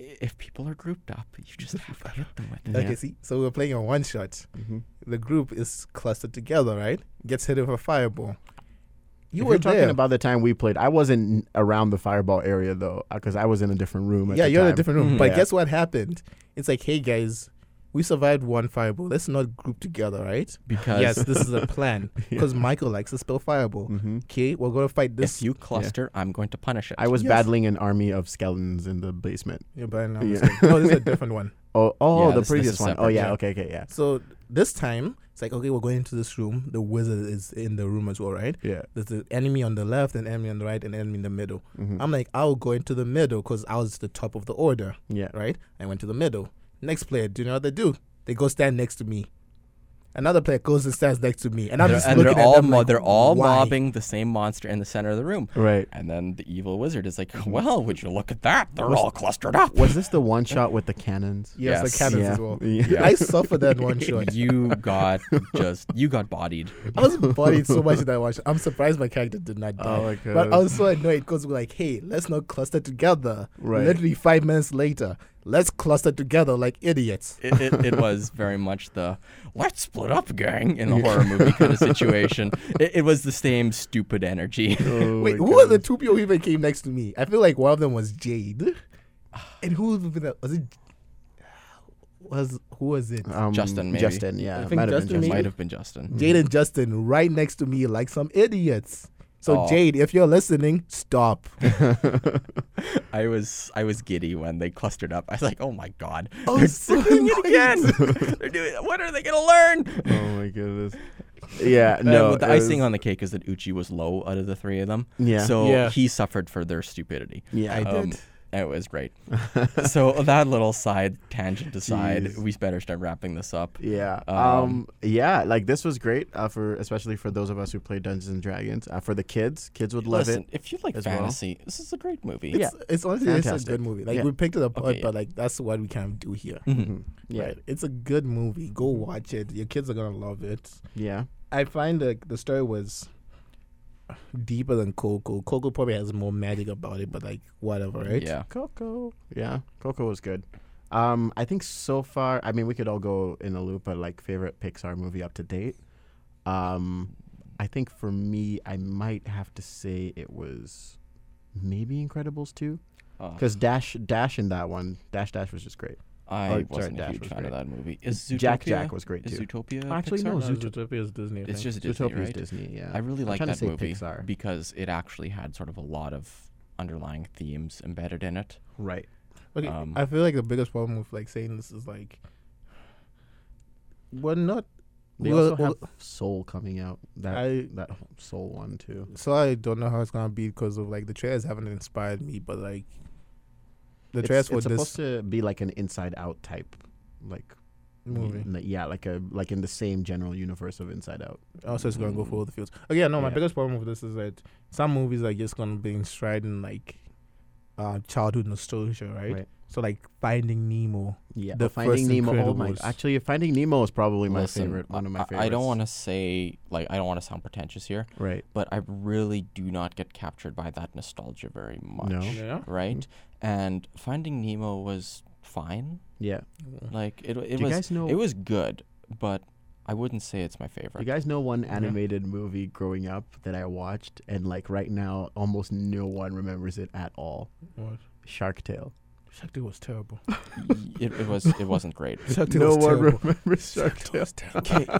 if people are grouped up, you just have to hit them with it.
Okay. See, so we're playing a one shot.
Mhm.
the group is clustered together, right? Gets hit with a fireball. You
If
were
you're talking
there.
about the time we played. I wasn't around the fireball area though, because I was in a different room. At
yeah,
the
you're in
time. Mm,
a different room.
Mhm.
But
Yeah.
guess what happened? It's like, hey guys, we survived one fireball. Let's not group together, right?
Because
yes, this is a
[LAUGHS]
plan. [LAUGHS] Because Michael likes to spell fireball.
Mhm.
Okay, we're gonna fight
if
this.
you cluster, I'm going to punish it.
I was
Yes.
battling an army of skeletons in the basement.
Yeah, but no, I'm
Yeah.
sorry. no,
[LAUGHS]
this is a different one.
Oh, oh,
Yeah, this-
the
this
previous
is
one.
separate,
Oh, yeah,
yeah.
Okay. Okay. Yeah.
So this time it's like, okay, we're going into this room. The wizard is in the room as well, right?
Yeah.
There's an enemy on the left, an enemy on the right, and enemy in the middle.
Mhm.
I'm like, I'll go into the middle because I was the top of the order.
Yeah.
right? I went to the middle. Next player, do you know what they do? They go stand next to me. Another player goes and stands next to me, and I'm
They're-
just
and
looking
they're all
at them
mo-
like,
they're all
why?
mobbing the same monster in the center of the room.
Right.
And then the evil wizard is like, [LAUGHS] "Well, would you look at that? They're all clustered up."
Was this the one shot with the cannons?
Yes,
Yes.
the cannons
Yeah.
as
[LAUGHS]
well.
Yeah.
I suffered that one shot.
You
[LAUGHS]
got just you got bodied.
I was bodied so much that I watched. I'm surprised my character did not die.
[LAUGHS] Oh my god.
but I was so annoyed because we're like, hey, let's not cluster together.
Right.
Literally five minutes later, let's cluster together like idiots.
It, it, it was very much the "let's split up, gang" in a horror movie
[LAUGHS]
kind of situation. It, it was the same stupid energy.
[LAUGHS]
Oh
Wait,
my
who were the
goodness.
two people who even came next to me? I feel like one of them was Jade, and who was with that? Was it? Was who was it?
Um,
Justin, maybe.
Justin. Yeah.
I
it
think
might have
Justin
been
maybe-
[LAUGHS] Might have been Justin.
Jade and Justin right next to me like some idiots. So
Aw.
Jade, if you're listening, stop.
I was I was giddy when they clustered up. I was like, "Oh my god,
Oh,
[LAUGHS]
they're,
so
they're doing it
annoying.
[LAUGHS]
again! they're doing it. What are they gonna learn?" [LAUGHS]
Oh my goodness. yeah,
Uh,
no.
but the
it was-
icing on the cake is that Uchi was low out of the three of them.
Yeah.
So
Yeah.
he suffered for their stupidity.
yeah,
I
Um,
did.
It was
[LAUGHS]
great. so that little side tangent aside,
Jeez.
we better start wrapping this up.
[LAUGHS] Yeah. Um,
Um,
yeah, like this was great uh, for especially for those of us who play Dungeons and Dragons. Uh, for the kids, kids would love
Listen,
it.
if you like
as well.
fantasy, this is a great movie.
It's, it's honestly it's a
Fantastic.
good movie. Like
Yeah.
we picked it apart,
Okay, yeah.
but like that's what we can do here.
Mm-hmm.
Mhm.
Yeah.
Right? It's a good movie. Go watch it. Your kids are gonna love it.
Yeah.
I find like the story was deeper than Coco. Coco probably has more magic about it, but like whatever, right?
Yeah.
Coco. Yeah, Coco was good. Um, I think so far, I mean, we could all go in a loop, but like favorite Pixar movie up to date. Um, I think for me, I might have to say it was maybe Incredibles two,
Uh,
because Dash Dash in that one, Dash Dash was just great.
I
oh, sorry,
wasn't a
Dash
huge
was
fan of
great.
that movie. Is Zootopia,
Jack Jack was great
is
too.
Zootopia
Actually,
Pixar?
no, Zoot-
Zootopia is Disney. I
It's
think.
just Disney,
Zootopia is
right?
Disney. Yeah,
I really
I'm
like
trying to
that
say
movie
Pixar.
because it actually had sort of a lot of underlying themes embedded in it.
right.
Okay,
um,
I feel like the biggest problem with like saying this is like we're not.
They
we're-
also have
we're-
Soul coming out. That
I
that Soul one too.
so I don't know how it's gonna be because of like the trailers haven't inspired me, but like the
It's-
trailers for
it's supposed
this
to be like an Inside Out type, like
movie.
N- Yeah, like a like in the same general universe of Inside Out.
Also, Oh, it's gonna go
Mm.
for all the fields. Oh yeah, no, my
Yeah.
biggest problem with this is that some movies are just gonna be enshrined in like uh, childhood nostalgia, right?
Right.
So like Finding Nemo.
Yeah,
The
the Finding
first
Nemo. Oh my,
Incredibles.
actually, Finding Nemo is probably my
Listen,
favorite. One of my
I-
favorites.
I don't want to say like I don't want to sound pretentious here,
to. Right.
but I really do not get captured by that nostalgia very much.
No. Mm-hmm.
Yeah.
Right? And Finding Nemo was fine.
Yeah.
Like it it
do you
was
guys know?
it was good, but I wouldn't say it's my
do you
favorite.
guys know one animated movie growing up that I watched and like right now almost no one remembers it at all?
What?
Shark Tale.
Shark Tale was
[LAUGHS]
terrible.
Y- it, it was it wasn't great.
Shark Tale
No
was
one
terrible. [LAUGHS]
remembers Shark Tale.
was terrible.
[LAUGHS]
Okay,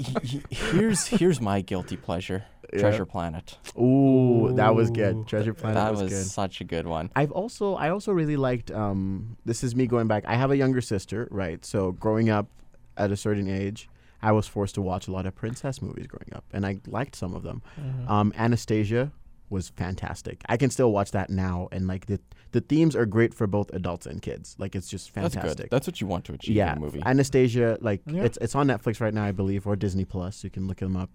here's here's my guilty pleasure.
Yeah.
Treasure Planet.
Ooh, that was
Ooh.
good. Treasure Planet
that
was,
was,
good.
such a good one.
I've also I also really liked um this is me going back. I have a younger sister, right? So growing up at a certain age, I was forced to watch a lot of princess movies growing up and I liked some of them.
Mm-hmm.
Um Anastasia was fantastic. I can still watch that now and like the the themes are great for both adults and kids. Like it's just
That's
fantastic.
good. That's what you want to achieve
yeah.
in a movie.
Anastasia like
Yeah.
it's it's on Netflix right now, I believe, or Disney Plus. You can look them up.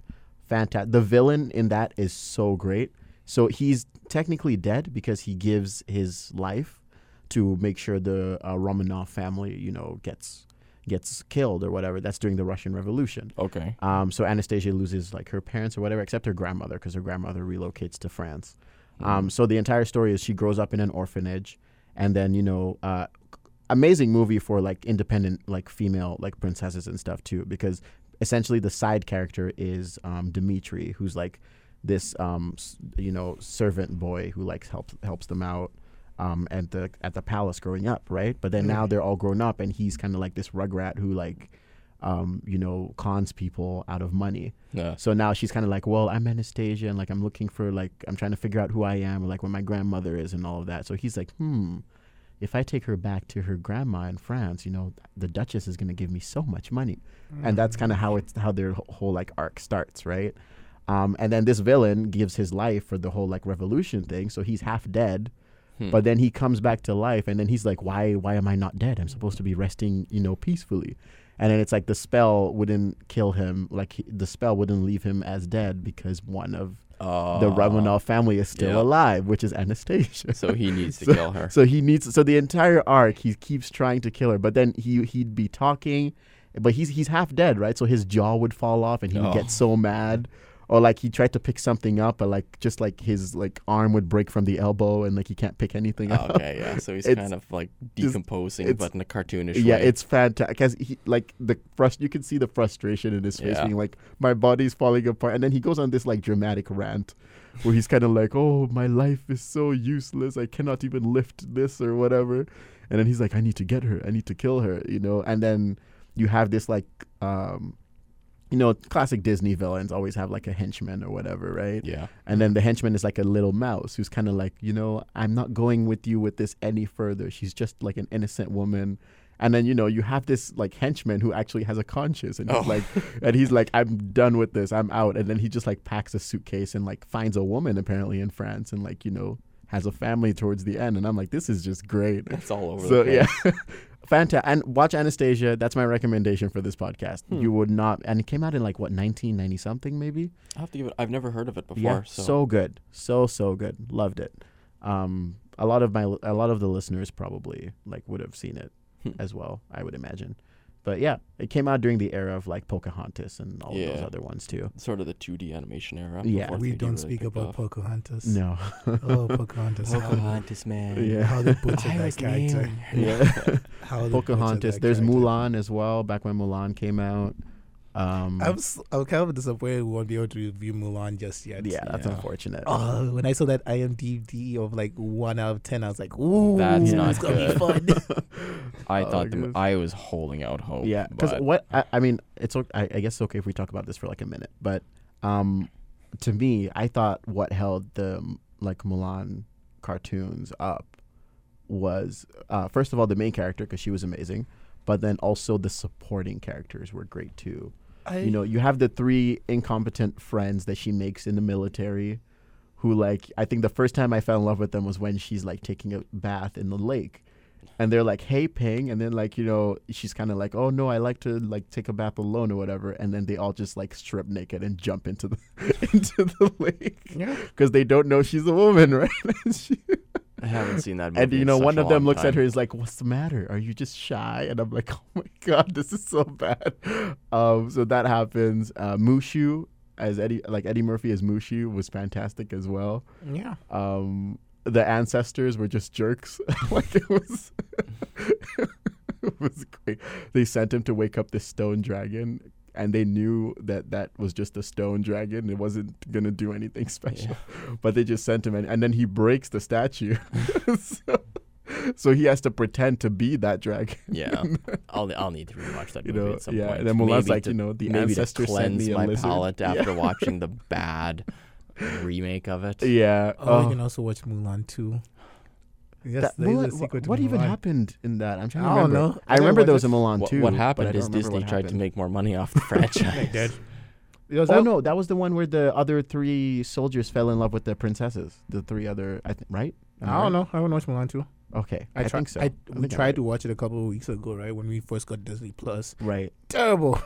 Fantastic. The villain in that is so great. So he's technically dead because he gives his life to make sure the uh, Romanov family, you know, gets gets killed or whatever. That's during the Russian Revolution.
okay.
Um, so Anastasia loses like her parents or whatever, except her grandmother, because her grandmother relocates to France. Um, so the entire story is she grows up in an orphanage, and then you know, uh, amazing movie for like independent like female like princesses and stuff too, because essentially the side character is um, Dimitri, who's like this um, s- you know servant boy who like helps helps them out. Um, at the at the palace growing up, right? But then now
Mhm.
they're all grown up, and he's kind of like this rugrat who like um, you know, cons people out of money.
Yeah.
So now she's kind of like, well, I'm Anastasia, and like I'm looking for like I'm trying to figure out who I am, or like where my grandmother is, and all of that. So he's like, hmm, if I take her back to her grandma in France, you know, the Duchess is gonna give me so much money, and
Mm.
that's kind of how it's how their wh- whole like arc starts, right? Um, and then this villain gives his life for the whole like revolution thing, so he's half dead.
Hmm.
But then he comes back to life, and then he's like, "Why? Why am I not dead? I'm supposed to be resting, you know, peacefully." And then it's like the spell wouldn't kill him, like he, the spell wouldn't leave him as dead because one of the
Uh,
Romanov family is still
yeah.
alive, which is Anastasia. [LAUGHS]
So he needs to
So-
kill her.
So he needs. So the entire arc, he keeps trying to kill her, but then he he'd be talking, but he's he's half dead, right? So his jaw would fall off, and he
Oh.
would get so mad, or like he tried to pick something up, but like just like his like arm would break from the elbow, and like he can't pick anything up. [LAUGHS]
okay, yeah. So he's
It's-
kind of like
it's-
decomposing,
it's-
but in a cartoonish
Yeah,
way.
it's fantastic. Cause he like the frust- you can see the frustration in his face,
Yeah.
being like, "My body's falling apart," and then he goes on this like dramatic rant, where he's kind of like, "Oh, my life is so useless. I cannot even lift this or whatever," and then he's like, "I need to get her. I need to kill her," you know. And then you have this like, um, you know, classic Disney villains always have like a henchman or whatever, right? [LAUGHS]
yeah.
And then the henchman is like a little mouse who's kind of like, you know, I'm not going with you with this any further. She's just like an innocent woman. And then you know you have this like henchman who actually has a conscience, and he's
Oh.
like, and he's like, I'm done with this, I'm out. And then he just like packs a suitcase and like finds a woman apparently in France, and like you know has a family towards the end. And I'm like, this is just great.
[LAUGHS] It's all over.
So
the place.
yeah, [LAUGHS] Fanta and watch Anastasia. That's my recommendation for this podcast.
Hmm.
You would not, and it came out in like what 1990 something maybe.
I have to give it. I've never heard of it before. so.
so good, so so good. Loved it. Um, a lot of my a lot of the listeners probably like would have seen it
Hmm.
as well. I would imagine. But yeah, it came out during the era of like Pocahontas and all of those
Yeah.
other ones too.
sort of the 2D animation era.
Yeah.
before
Or
we
3D
don't
really
speak
picked
about
off.
Pocahontas.
No.
Oh,
[LAUGHS]
[LAUGHS]
Pocahontas. how-
Pocahontas, man.
Yeah.
How they
[LAUGHS]
butchered that
Irish
character.
man.
[LAUGHS] yeah.
How they butchered
Pocahontas.
that
There's
character.
Mulan as well. Back when Mulan came out. Um,
I'm, s am kind of disappointed we won't be able to review Mulan just yet.
yeah, that's
Yeah.
unfortunate.
Oh, when I saw that IMDb of like one out of ten, I was like, "Ooh,
That's
not
it's gonna be
good. [LAUGHS]
fun."
I
Oh,
thought the,
goodness.
I was holding out hope.
Yeah, because
but
what I, I mean, it's okay. I, I guess it's okay if we talk about this for like a minute. But um, to me, I thought what held the um, like Mulan cartoons up was uh, first of all the main character because she was amazing, but then also the supporting characters were great too.
I,
You know, you have the three incompetent friends that she makes in the military. Who like I think the first time I fell in love with them was when she's like taking a bath in the lake, and they're like, "Hey, Ping," and then like you know she's kind of like, "Oh no, I like to like take a bath alone or whatever," and then they all just like strip naked and jump into the [LAUGHS] into the lake
yeah.
because they don't know she's a woman, [LAUGHS] right? And she-
I haven't seen that. Movie
[LAUGHS] and you
in
know
such
one
a
of them
long
looks at
time.
her and is like what's the matter are you just shy and i'm like [LAUGHS] oh my god this is so bad [LAUGHS] um so that happens uh mushu as eddie like eddie murphy as mushu was fantastic as well
yeah,
um the ancestors were just jerks [LAUGHS] like it was [LAUGHS] it was great they sent him to wake up this stone dragon and they knew that that was just a stone dragon it wasn't going to do anything [LAUGHS] special
[LAUGHS] Yeah.
but they just sent him in, and then he breaks the statue. [LAUGHS] so, so he has to pretend to be that dragon. [LAUGHS]
Yeah, I'll I'll need to rewatch that
You
movie
know,
at some
yeah.
point.
And then Mulan's
Maybe
like,
to-
you know, the
maybe to
ancestor sent
cleanse
me a
my
lizard.
palate
[LAUGHS] Yeah.
after watching the bad remake of it.
Yeah.
oh, you
oh.
can also watch Mulan too. Yes,
That-
there is
Mulan-
a secret. to
what even
Mulan.
happened in that? I'm trying to
I don't
remember.
know.
I
I don't
remember
watch
there was a
it.
Mulan
What,
too.
what
but I
happened
don't
is
remember
Disney
what
tried to
happened.
make more money
[LAUGHS]
off the franchise.
They did. Because
Oh
I-
no, that was the one where the other three soldiers fell in love with the princesses. The three other, I th- right? Am
I
right?
don't know. I haven't watched Mulan too.
Okay, I,
tri-
think so.
I,
I
we
think I'm
tried
right.
to watch it a couple of weeks ago, right? When we first got Disney Plus.
Right. [LAUGHS]
Terrible.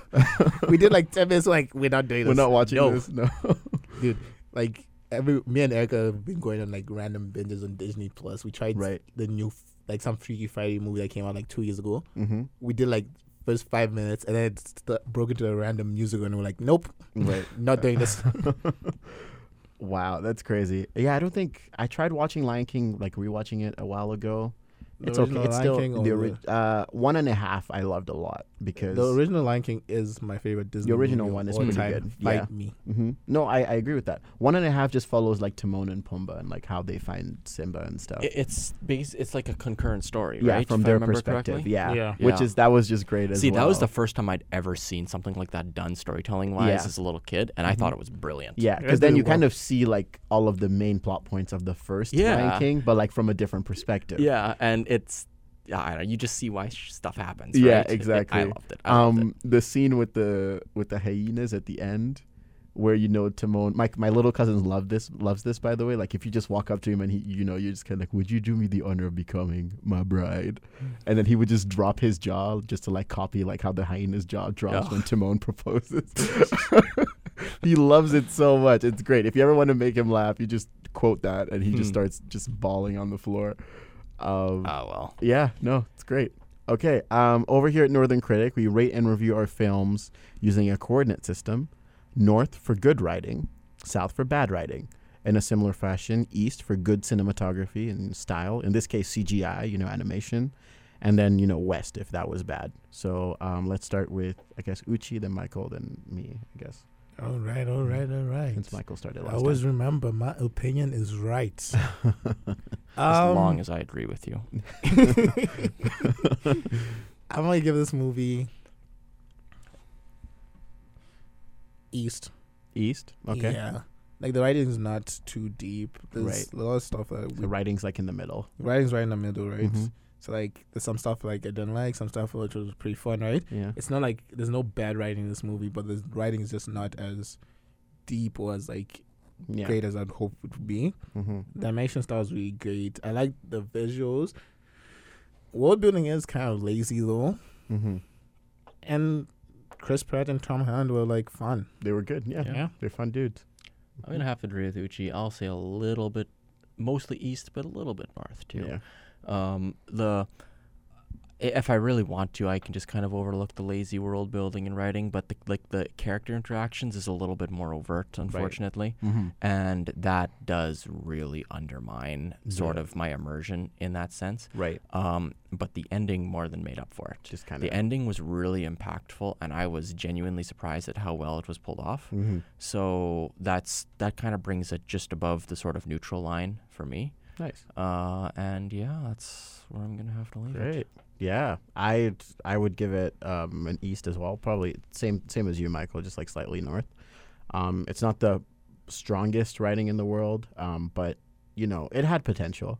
we did like ten minutes. Like we're not doing this.
We're not watching
No.
this. No.
Like every me and Erica have been going on like random binges on Disney Plus. We tried
right.
the new f- like some Freaky Friday movie that came out like two years ago.
Mm-hmm.
We did like first five minutes, and then it st- broke into a random musical, and we're like, nope,
Right.
not doing
[LAUGHS]
this. [LAUGHS]
wow, that's crazy. Yeah, I don't think I tried watching Lion King, like rewatching it a while ago.
The
it's okay.
original
It's
Lion
still
King
the
or
ori- uh, one and a half. I loved a lot because
The original Lion King is my favorite Disney.
original
movie of
one is
all
pretty
time.
good.
Fight
Yeah.
me.
Mhm. no, I, I agree with that. One and a half just follows like Timon and Pumbaa and like how they find Simba and
[LAUGHS]
stuff.
It, it's bas- it's like a concurrent story,
yeah,
right?
from
if I
their
remember
perspective.
correctly?
Yeah.
Yeah.
which
Yeah.
is that was just great as
See,
well.
that was the first time I'd ever seen something like that done storytelling wise
Yeah.
as a little kid, and I
Mhm.
thought it was brilliant.
yeah,
They
because then
did
you
well.
kind of see like all of the main plot points of the first Lion
Yeah.
King, but like from a different perspective.
yeah, and it's yeah, I don't know, you just see why sh- stuff happens.
Yeah,
right? It-
exactly.
I loved it. I loved it.
um the scene with the with the hyenas at the end where you know Timon my my little cousin love this loves this by the way like if you just walk up to him and he you know you're just kind of like would you do me the honor of becoming my bride and then he would just drop his jaw just to like copy like how the hyena's jaw drops
Yeah. [LAUGHS]
when Timon proposes [LAUGHS] he loves it so much it's great if you ever want to make him laugh you just quote that and he just
Hmm.
starts just bawling on the floor um,
Oh well.
yeah, no, it's great. Okay, um, over here at Northern Critic, we rate and review our films using a coordinate system north for good writing, south for bad writing. In a similar fashion, east for good cinematography and style, in this case, CGI, you know, animation, and then, you know, west if that was bad. So um, let's start with, I guess, Uchi, then Michael, then me, I guess,
All right, all right, all right.
since Michael started
I
last.
always remember my opinion is
[LAUGHS]
right.
time.
As
Um, [LAUGHS]
long as I agree with you.
I'm gonna give this movie East.
east? Okay.
Yeah. Like the writing's not too deep. There's
Right.
a lot of stuff that we,
The writing's like in the middle.
writing's right in the middle, right?
Mhm.
So like there's some stuff like I didn't like, some stuff which was pretty fun, right?
Yeah.
It's not like there's no bad writing in this movie, but the writing is just not as deep or as like
Yeah.
great as I'd hope it would be.
Mm-hmm.
Dimension Star was really great. I like the visuals. World building is kind of lazy though,
Mm-hmm.
and Chris Pratt and Tom Holland were like fun.
They were good. Yeah.
Yeah.
They're fun dudes.
I'm gonna have to agree with Uchi. I'll say a little bit, mostly east, but a little bit north too.
Yeah.
Um, the i- if I really want to, I can just kind of overlook the lazy world building and writing, but the, like the character interactions is a little bit more overt, unfortunately,
Mm-hmm.
and that does really undermine sort of my immersion in that sense.
Right.
Um, but the ending more than made up for it.
Just kind
The
of.
ending was really impactful, and I was genuinely surprised at how well it was pulled off.
Mm-hmm.
So that's that kind of brings it just above the sort of neutral line for me.
Nice.
Uh, and yeah, that's where I'm gonna have to leave it.
Great. Yeah. I I would give it um, an east as well. Probably same same as you, Michael. Just like slightly north. Um, it's not the strongest writing in the world, um, but you know it had potential.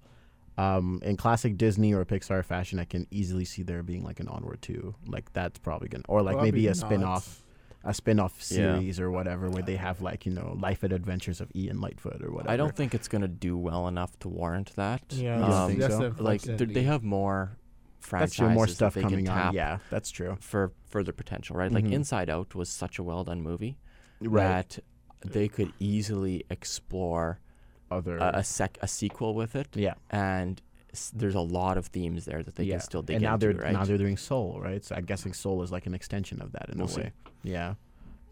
Um, in classic Disney or Pixar fashion, I can easily see there being like an onward two. Like that's probably gonna, or like maybe a spin off a spin-off
Yeah.
series or whatever where they have like you know life and adventures of ian lightfoot or whatever
I don't think it's gonna do well enough to warrant that.
Yeah,
You
that's-
think
that's
so?
unfortunately-
like they're- they have more
um, that's
franchises
true more
that
stuff
they can
coming on
tap
yeah that's true
for further potential, right? Like
Mhm.
Inside Out was such a well done movie that they could easily explore
other
a, a sec a sequel with it,
yeah
and s- there's a lot of themes there that they
yeah.
can still dig
and now
into,
they're
right?
now they're doing soul right so i'm guessing soul is like an extension of that in
We'll
a
see.
way yeah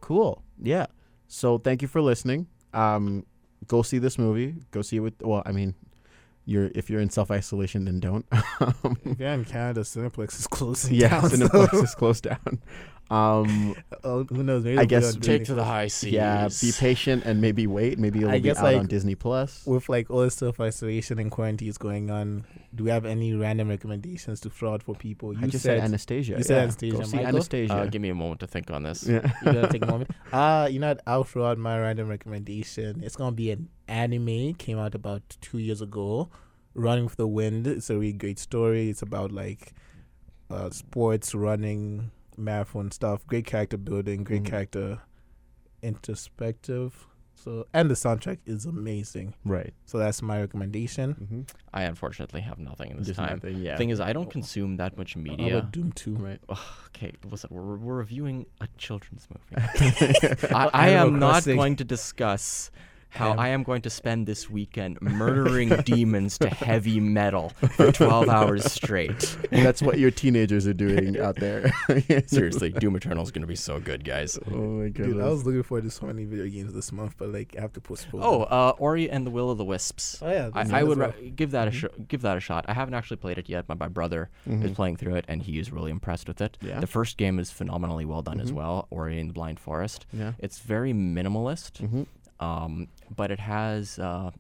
cool yeah so thank you for listening um go see this movie go see it with well i mean you're if you're in self-isolation then don't [LAUGHS]
If you're in Canada, Cineplex is closing
yeah
down. so-
cineplex is closed down um
Oh, [LAUGHS] who knows? Maybe they'll put
I
it
guess
on
Take
Disney
to the high seas.
Yeah, be patient and maybe wait. Maybe it'll
I
be
guess,
out
like,
on Disney Plus.
with like all the self isolation and quarantines going on, do we have any random recommendations to throw out for people? You
I just said,
said,
Anastasia.
you said
yeah.
Anastasia,
Go see
Michael.
Anastasia.
Uh, give me a moment to think on this.
yeah.
you gotta take a [LAUGHS] moment. Uh you know what? I'll throw out my random recommendation. It's gonna be an anime. Came out about two years ago. Running with the Wind. It's a really great story. It's about like uh, sports, running, marathon stuff. Great character building. Great
Mhm.
character introspective. So and the soundtrack is amazing.
right.
So that's my recommendation.
Mm-hmm.
I unfortunately have nothing this time.
Yeah.
Thing is, I don't consume that much
How
media.
about Doom Two?
right.
Okay, listen, we're, we're reviewing a children's [LAUGHS] movie. I, I am
Animal
not
Crossing.
going to discuss how
Anim-
I am going to spend this weekend
[LAUGHS]
[LAUGHS] murdering demons to heavy metal for 12 hours
[LAUGHS]
straight.
That's what your teenagers are doing out there. [LAUGHS]
Seriously, Doom Eternal is going to be so good, guys.
Oh my goodness.
Dude, I was looking forward to so many video games this month, but like I have to postpone.
Oh, uh, Ori and the Will of the Wisps.
oh yeah, this
I, I
as
would
well.
ra- give that a sh- give that a shot. I haven't actually played it yet, but my brother is
Mhm.
playing through it, and he is really impressed with it.
Yeah.
The first game is phenomenally well done as
Mhm.
well, Ori and the Blind Forest.
yeah.
It's very minimalist,
Mm-hmm.
um, but it has uh,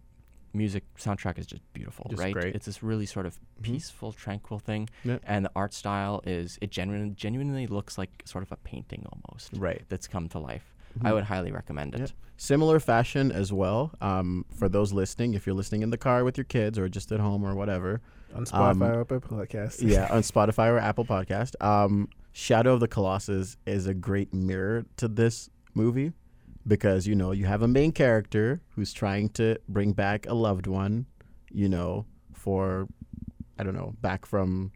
music soundtrack is just beautiful,
Just
right?
great. Mm-hmm.
It's this really sort of peaceful, tranquil thing,
Yeah.
and the art style is it genuinely genuinely looks like sort of a painting almost
Right.
that's come to life. I
Mhm.
would highly recommend it.
Yeah. Similar fashion as well. Um, for those listening, if you're listening in the car with your kids or just at home or whatever,
on
um,
Spotify or Apple Podcast.
yeah, on Spotify or Apple Podcast. Um, Shadow of the Colossus is a great mirror to this movie because you know you have a main character who's trying to bring back a loved one, you know, for I don't know, back from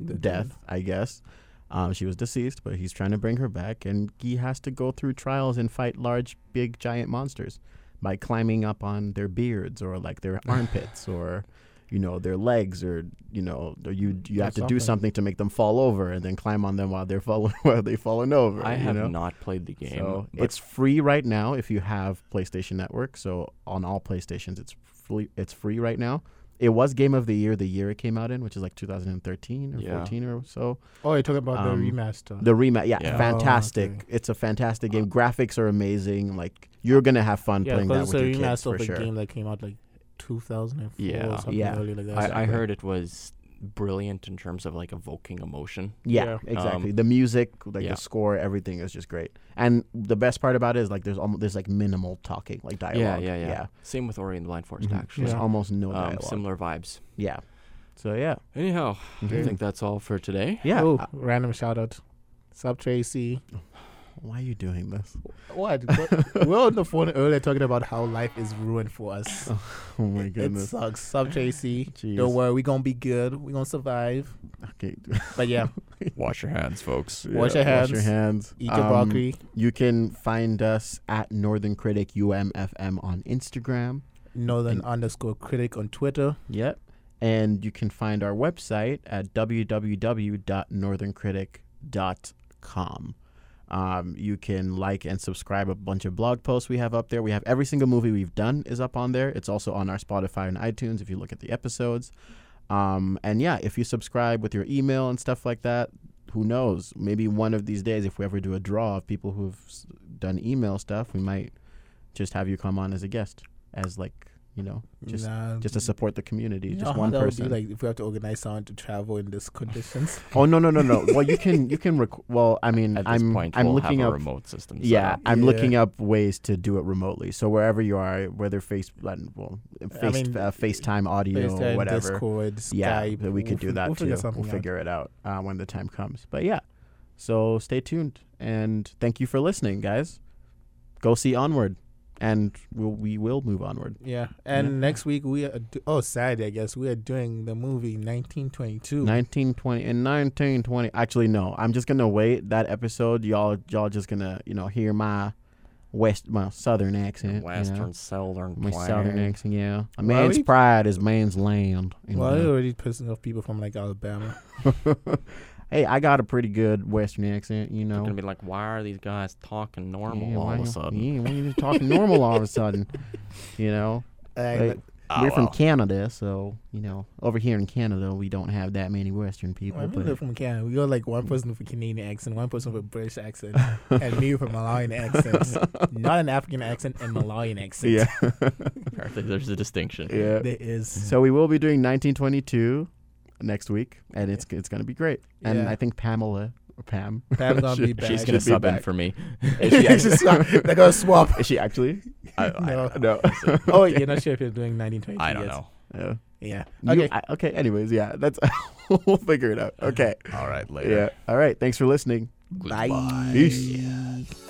The
death, I guess. Um, she was deceased, but he's trying to bring her back, and he has to go through trials and fight large, big, giant monsters by climbing up on their beards or
[LAUGHS]
like their armpits or, you know, their legs or you know, or you you
Or
have to do
something.
something to make them fall over and then climb on them while they're falling [LAUGHS] while they falling over.
I
you
have
know?
not played the game.
So
but
it's free right now if you have PlayStation Network. So on all PlayStations, it's free. It's free right now. It was Game of the Year the year it came out in, which is like 2013 or
Yeah.
14 or so.
Oh, you're talking about
Um,
the remaster.
The remake, yeah,
Yeah.
fantastic.
Oh, okay.
It's a fantastic game. Graphics are amazing. Like you're gonna have fun
yeah,
playing that
because it's
with
a
your kids
remaster
for
of a
sure.
game that came out like 2004
Yeah.
or something
Yeah.
early like that.
I, I
Exactly.
heard it was brilliant in terms of like evoking emotion.
Yeah,
Yeah.
exactly. the music, like
yeah.
the score, everything is just great. And the best part about it is like there's almost there's like minimal talking, like dialogue.
Yeah, yeah, yeah, Same with Ori and the Blind Forest,
Mhm.
actually.
There's
Yeah.
almost no
Um,
dialogue.
similar vibes.
yeah. So yeah,
Anyhow, I
Mhm.
think that's all for today.
yeah.
Oh,
Uh,
random shout out. Sup, Tracy.
why are you doing this? [LAUGHS]
What? we were on the phone earlier talking about how life is ruined for us.
Oh my
it
goodness.
sucks. Sup, Tracy.
Jeez.
Don't worry, we're going to be good. We're going to survive.
Okay.
But
[LAUGHS]
yeah,
Wash your hands, folks.
Yeah,
Wash your
Wash your
hands.
hands.
eat your
Um,
broccoli.
You can find us at Northern Critic UMFM on Instagram.
Northern underscore critic on Twitter.
Yep. And you can find our website at www.northerncritic.com. Um, you can like and subscribe a bunch of blog posts we have up there. We have every single movie we've done is up on there. It's also on our Spotify and iTunes if you look at the episodes. Um, and yeah, if you subscribe with your email and stuff like that, who knows? Maybe one of these days, if we ever do a draw of people who've s- done email stuff, we might just have you come on as a guest, as like, you know, just
Nah,
just to support the community.
you know
just
how
one
that would
person.
Be like if we have to organize someone to travel in these conditions.
oh no no no no. Well, you can you can rec- well. I mean,
At this
I'm
point,
I'm
we'll
looking
have a
up.
remote system. set
Yeah,
up.
I'm
Yeah.
looking up ways to do it remotely. So wherever you are, whether face uh, well, face
mean,
uh, FaceTime audio
FaceTime,
or whatever.
Discord,
yeah,
Skype.
that we could do
fi-
that
we'll
too.
Figure something
we'll
out.
figure it out uh, when the time comes. But yeah, so stay tuned and thank you for listening, guys. Go see onward, and we'll, we will move onward.
Yeah, and
Yeah.
next week we are do- oh Saturday I guess we are doing the movie 1922.
1920 in 1920 actually no i'm just gonna wait that episode y'all y'all just gonna you know hear my west my southern accent you know?
Western, Southern,
my
twang.
southern accent yeah
Why
a man's
we-
pride is man's land you
well, you're
know?
already pissing off people from like Alabama.
[LAUGHS] hey i got a pretty good western accent you
They're
know
gonna be like, why are these guys talking normal
yeah,
all
why
of
you-
a sudden?
yeah why you talking normal all of a sudden you know
And,
Ah,
we're from
well.
canada so you know over here in canada we don't have that many western people
I
but
mean, from Canada. We got like one person with a Canadian accent, one person with a British
[LAUGHS]
accent, and me with a Malawian accent. Not an African accent, and Malawian accent.
yeah
[LAUGHS] Apparently, there's a distinction.
yeah
There is.
So we will be doing 1922 next week, and it's it's gonna be great. And
Yeah.
I think Pamela or Pam,
Pam's
[LAUGHS]
gonna be back.
She's gonna
should be
sub in
back. [LAUGHS]
for me.
[LAUGHS]
Is she
She's not- They're gonna swap.
is she actually?
I,
No.
I, no.
[LAUGHS]
Oh, wait, you're not sure if you're doing 1922.
I don't
yet.
know.
Yeah.
Yeah.
You-
Okay.
I- okay. Anyways, yeah. That's [LAUGHS] we'll figure it out. Okay.
All right, later.
Yeah. All right. Thanks for listening.
Goodbye.
Peace.
Bye.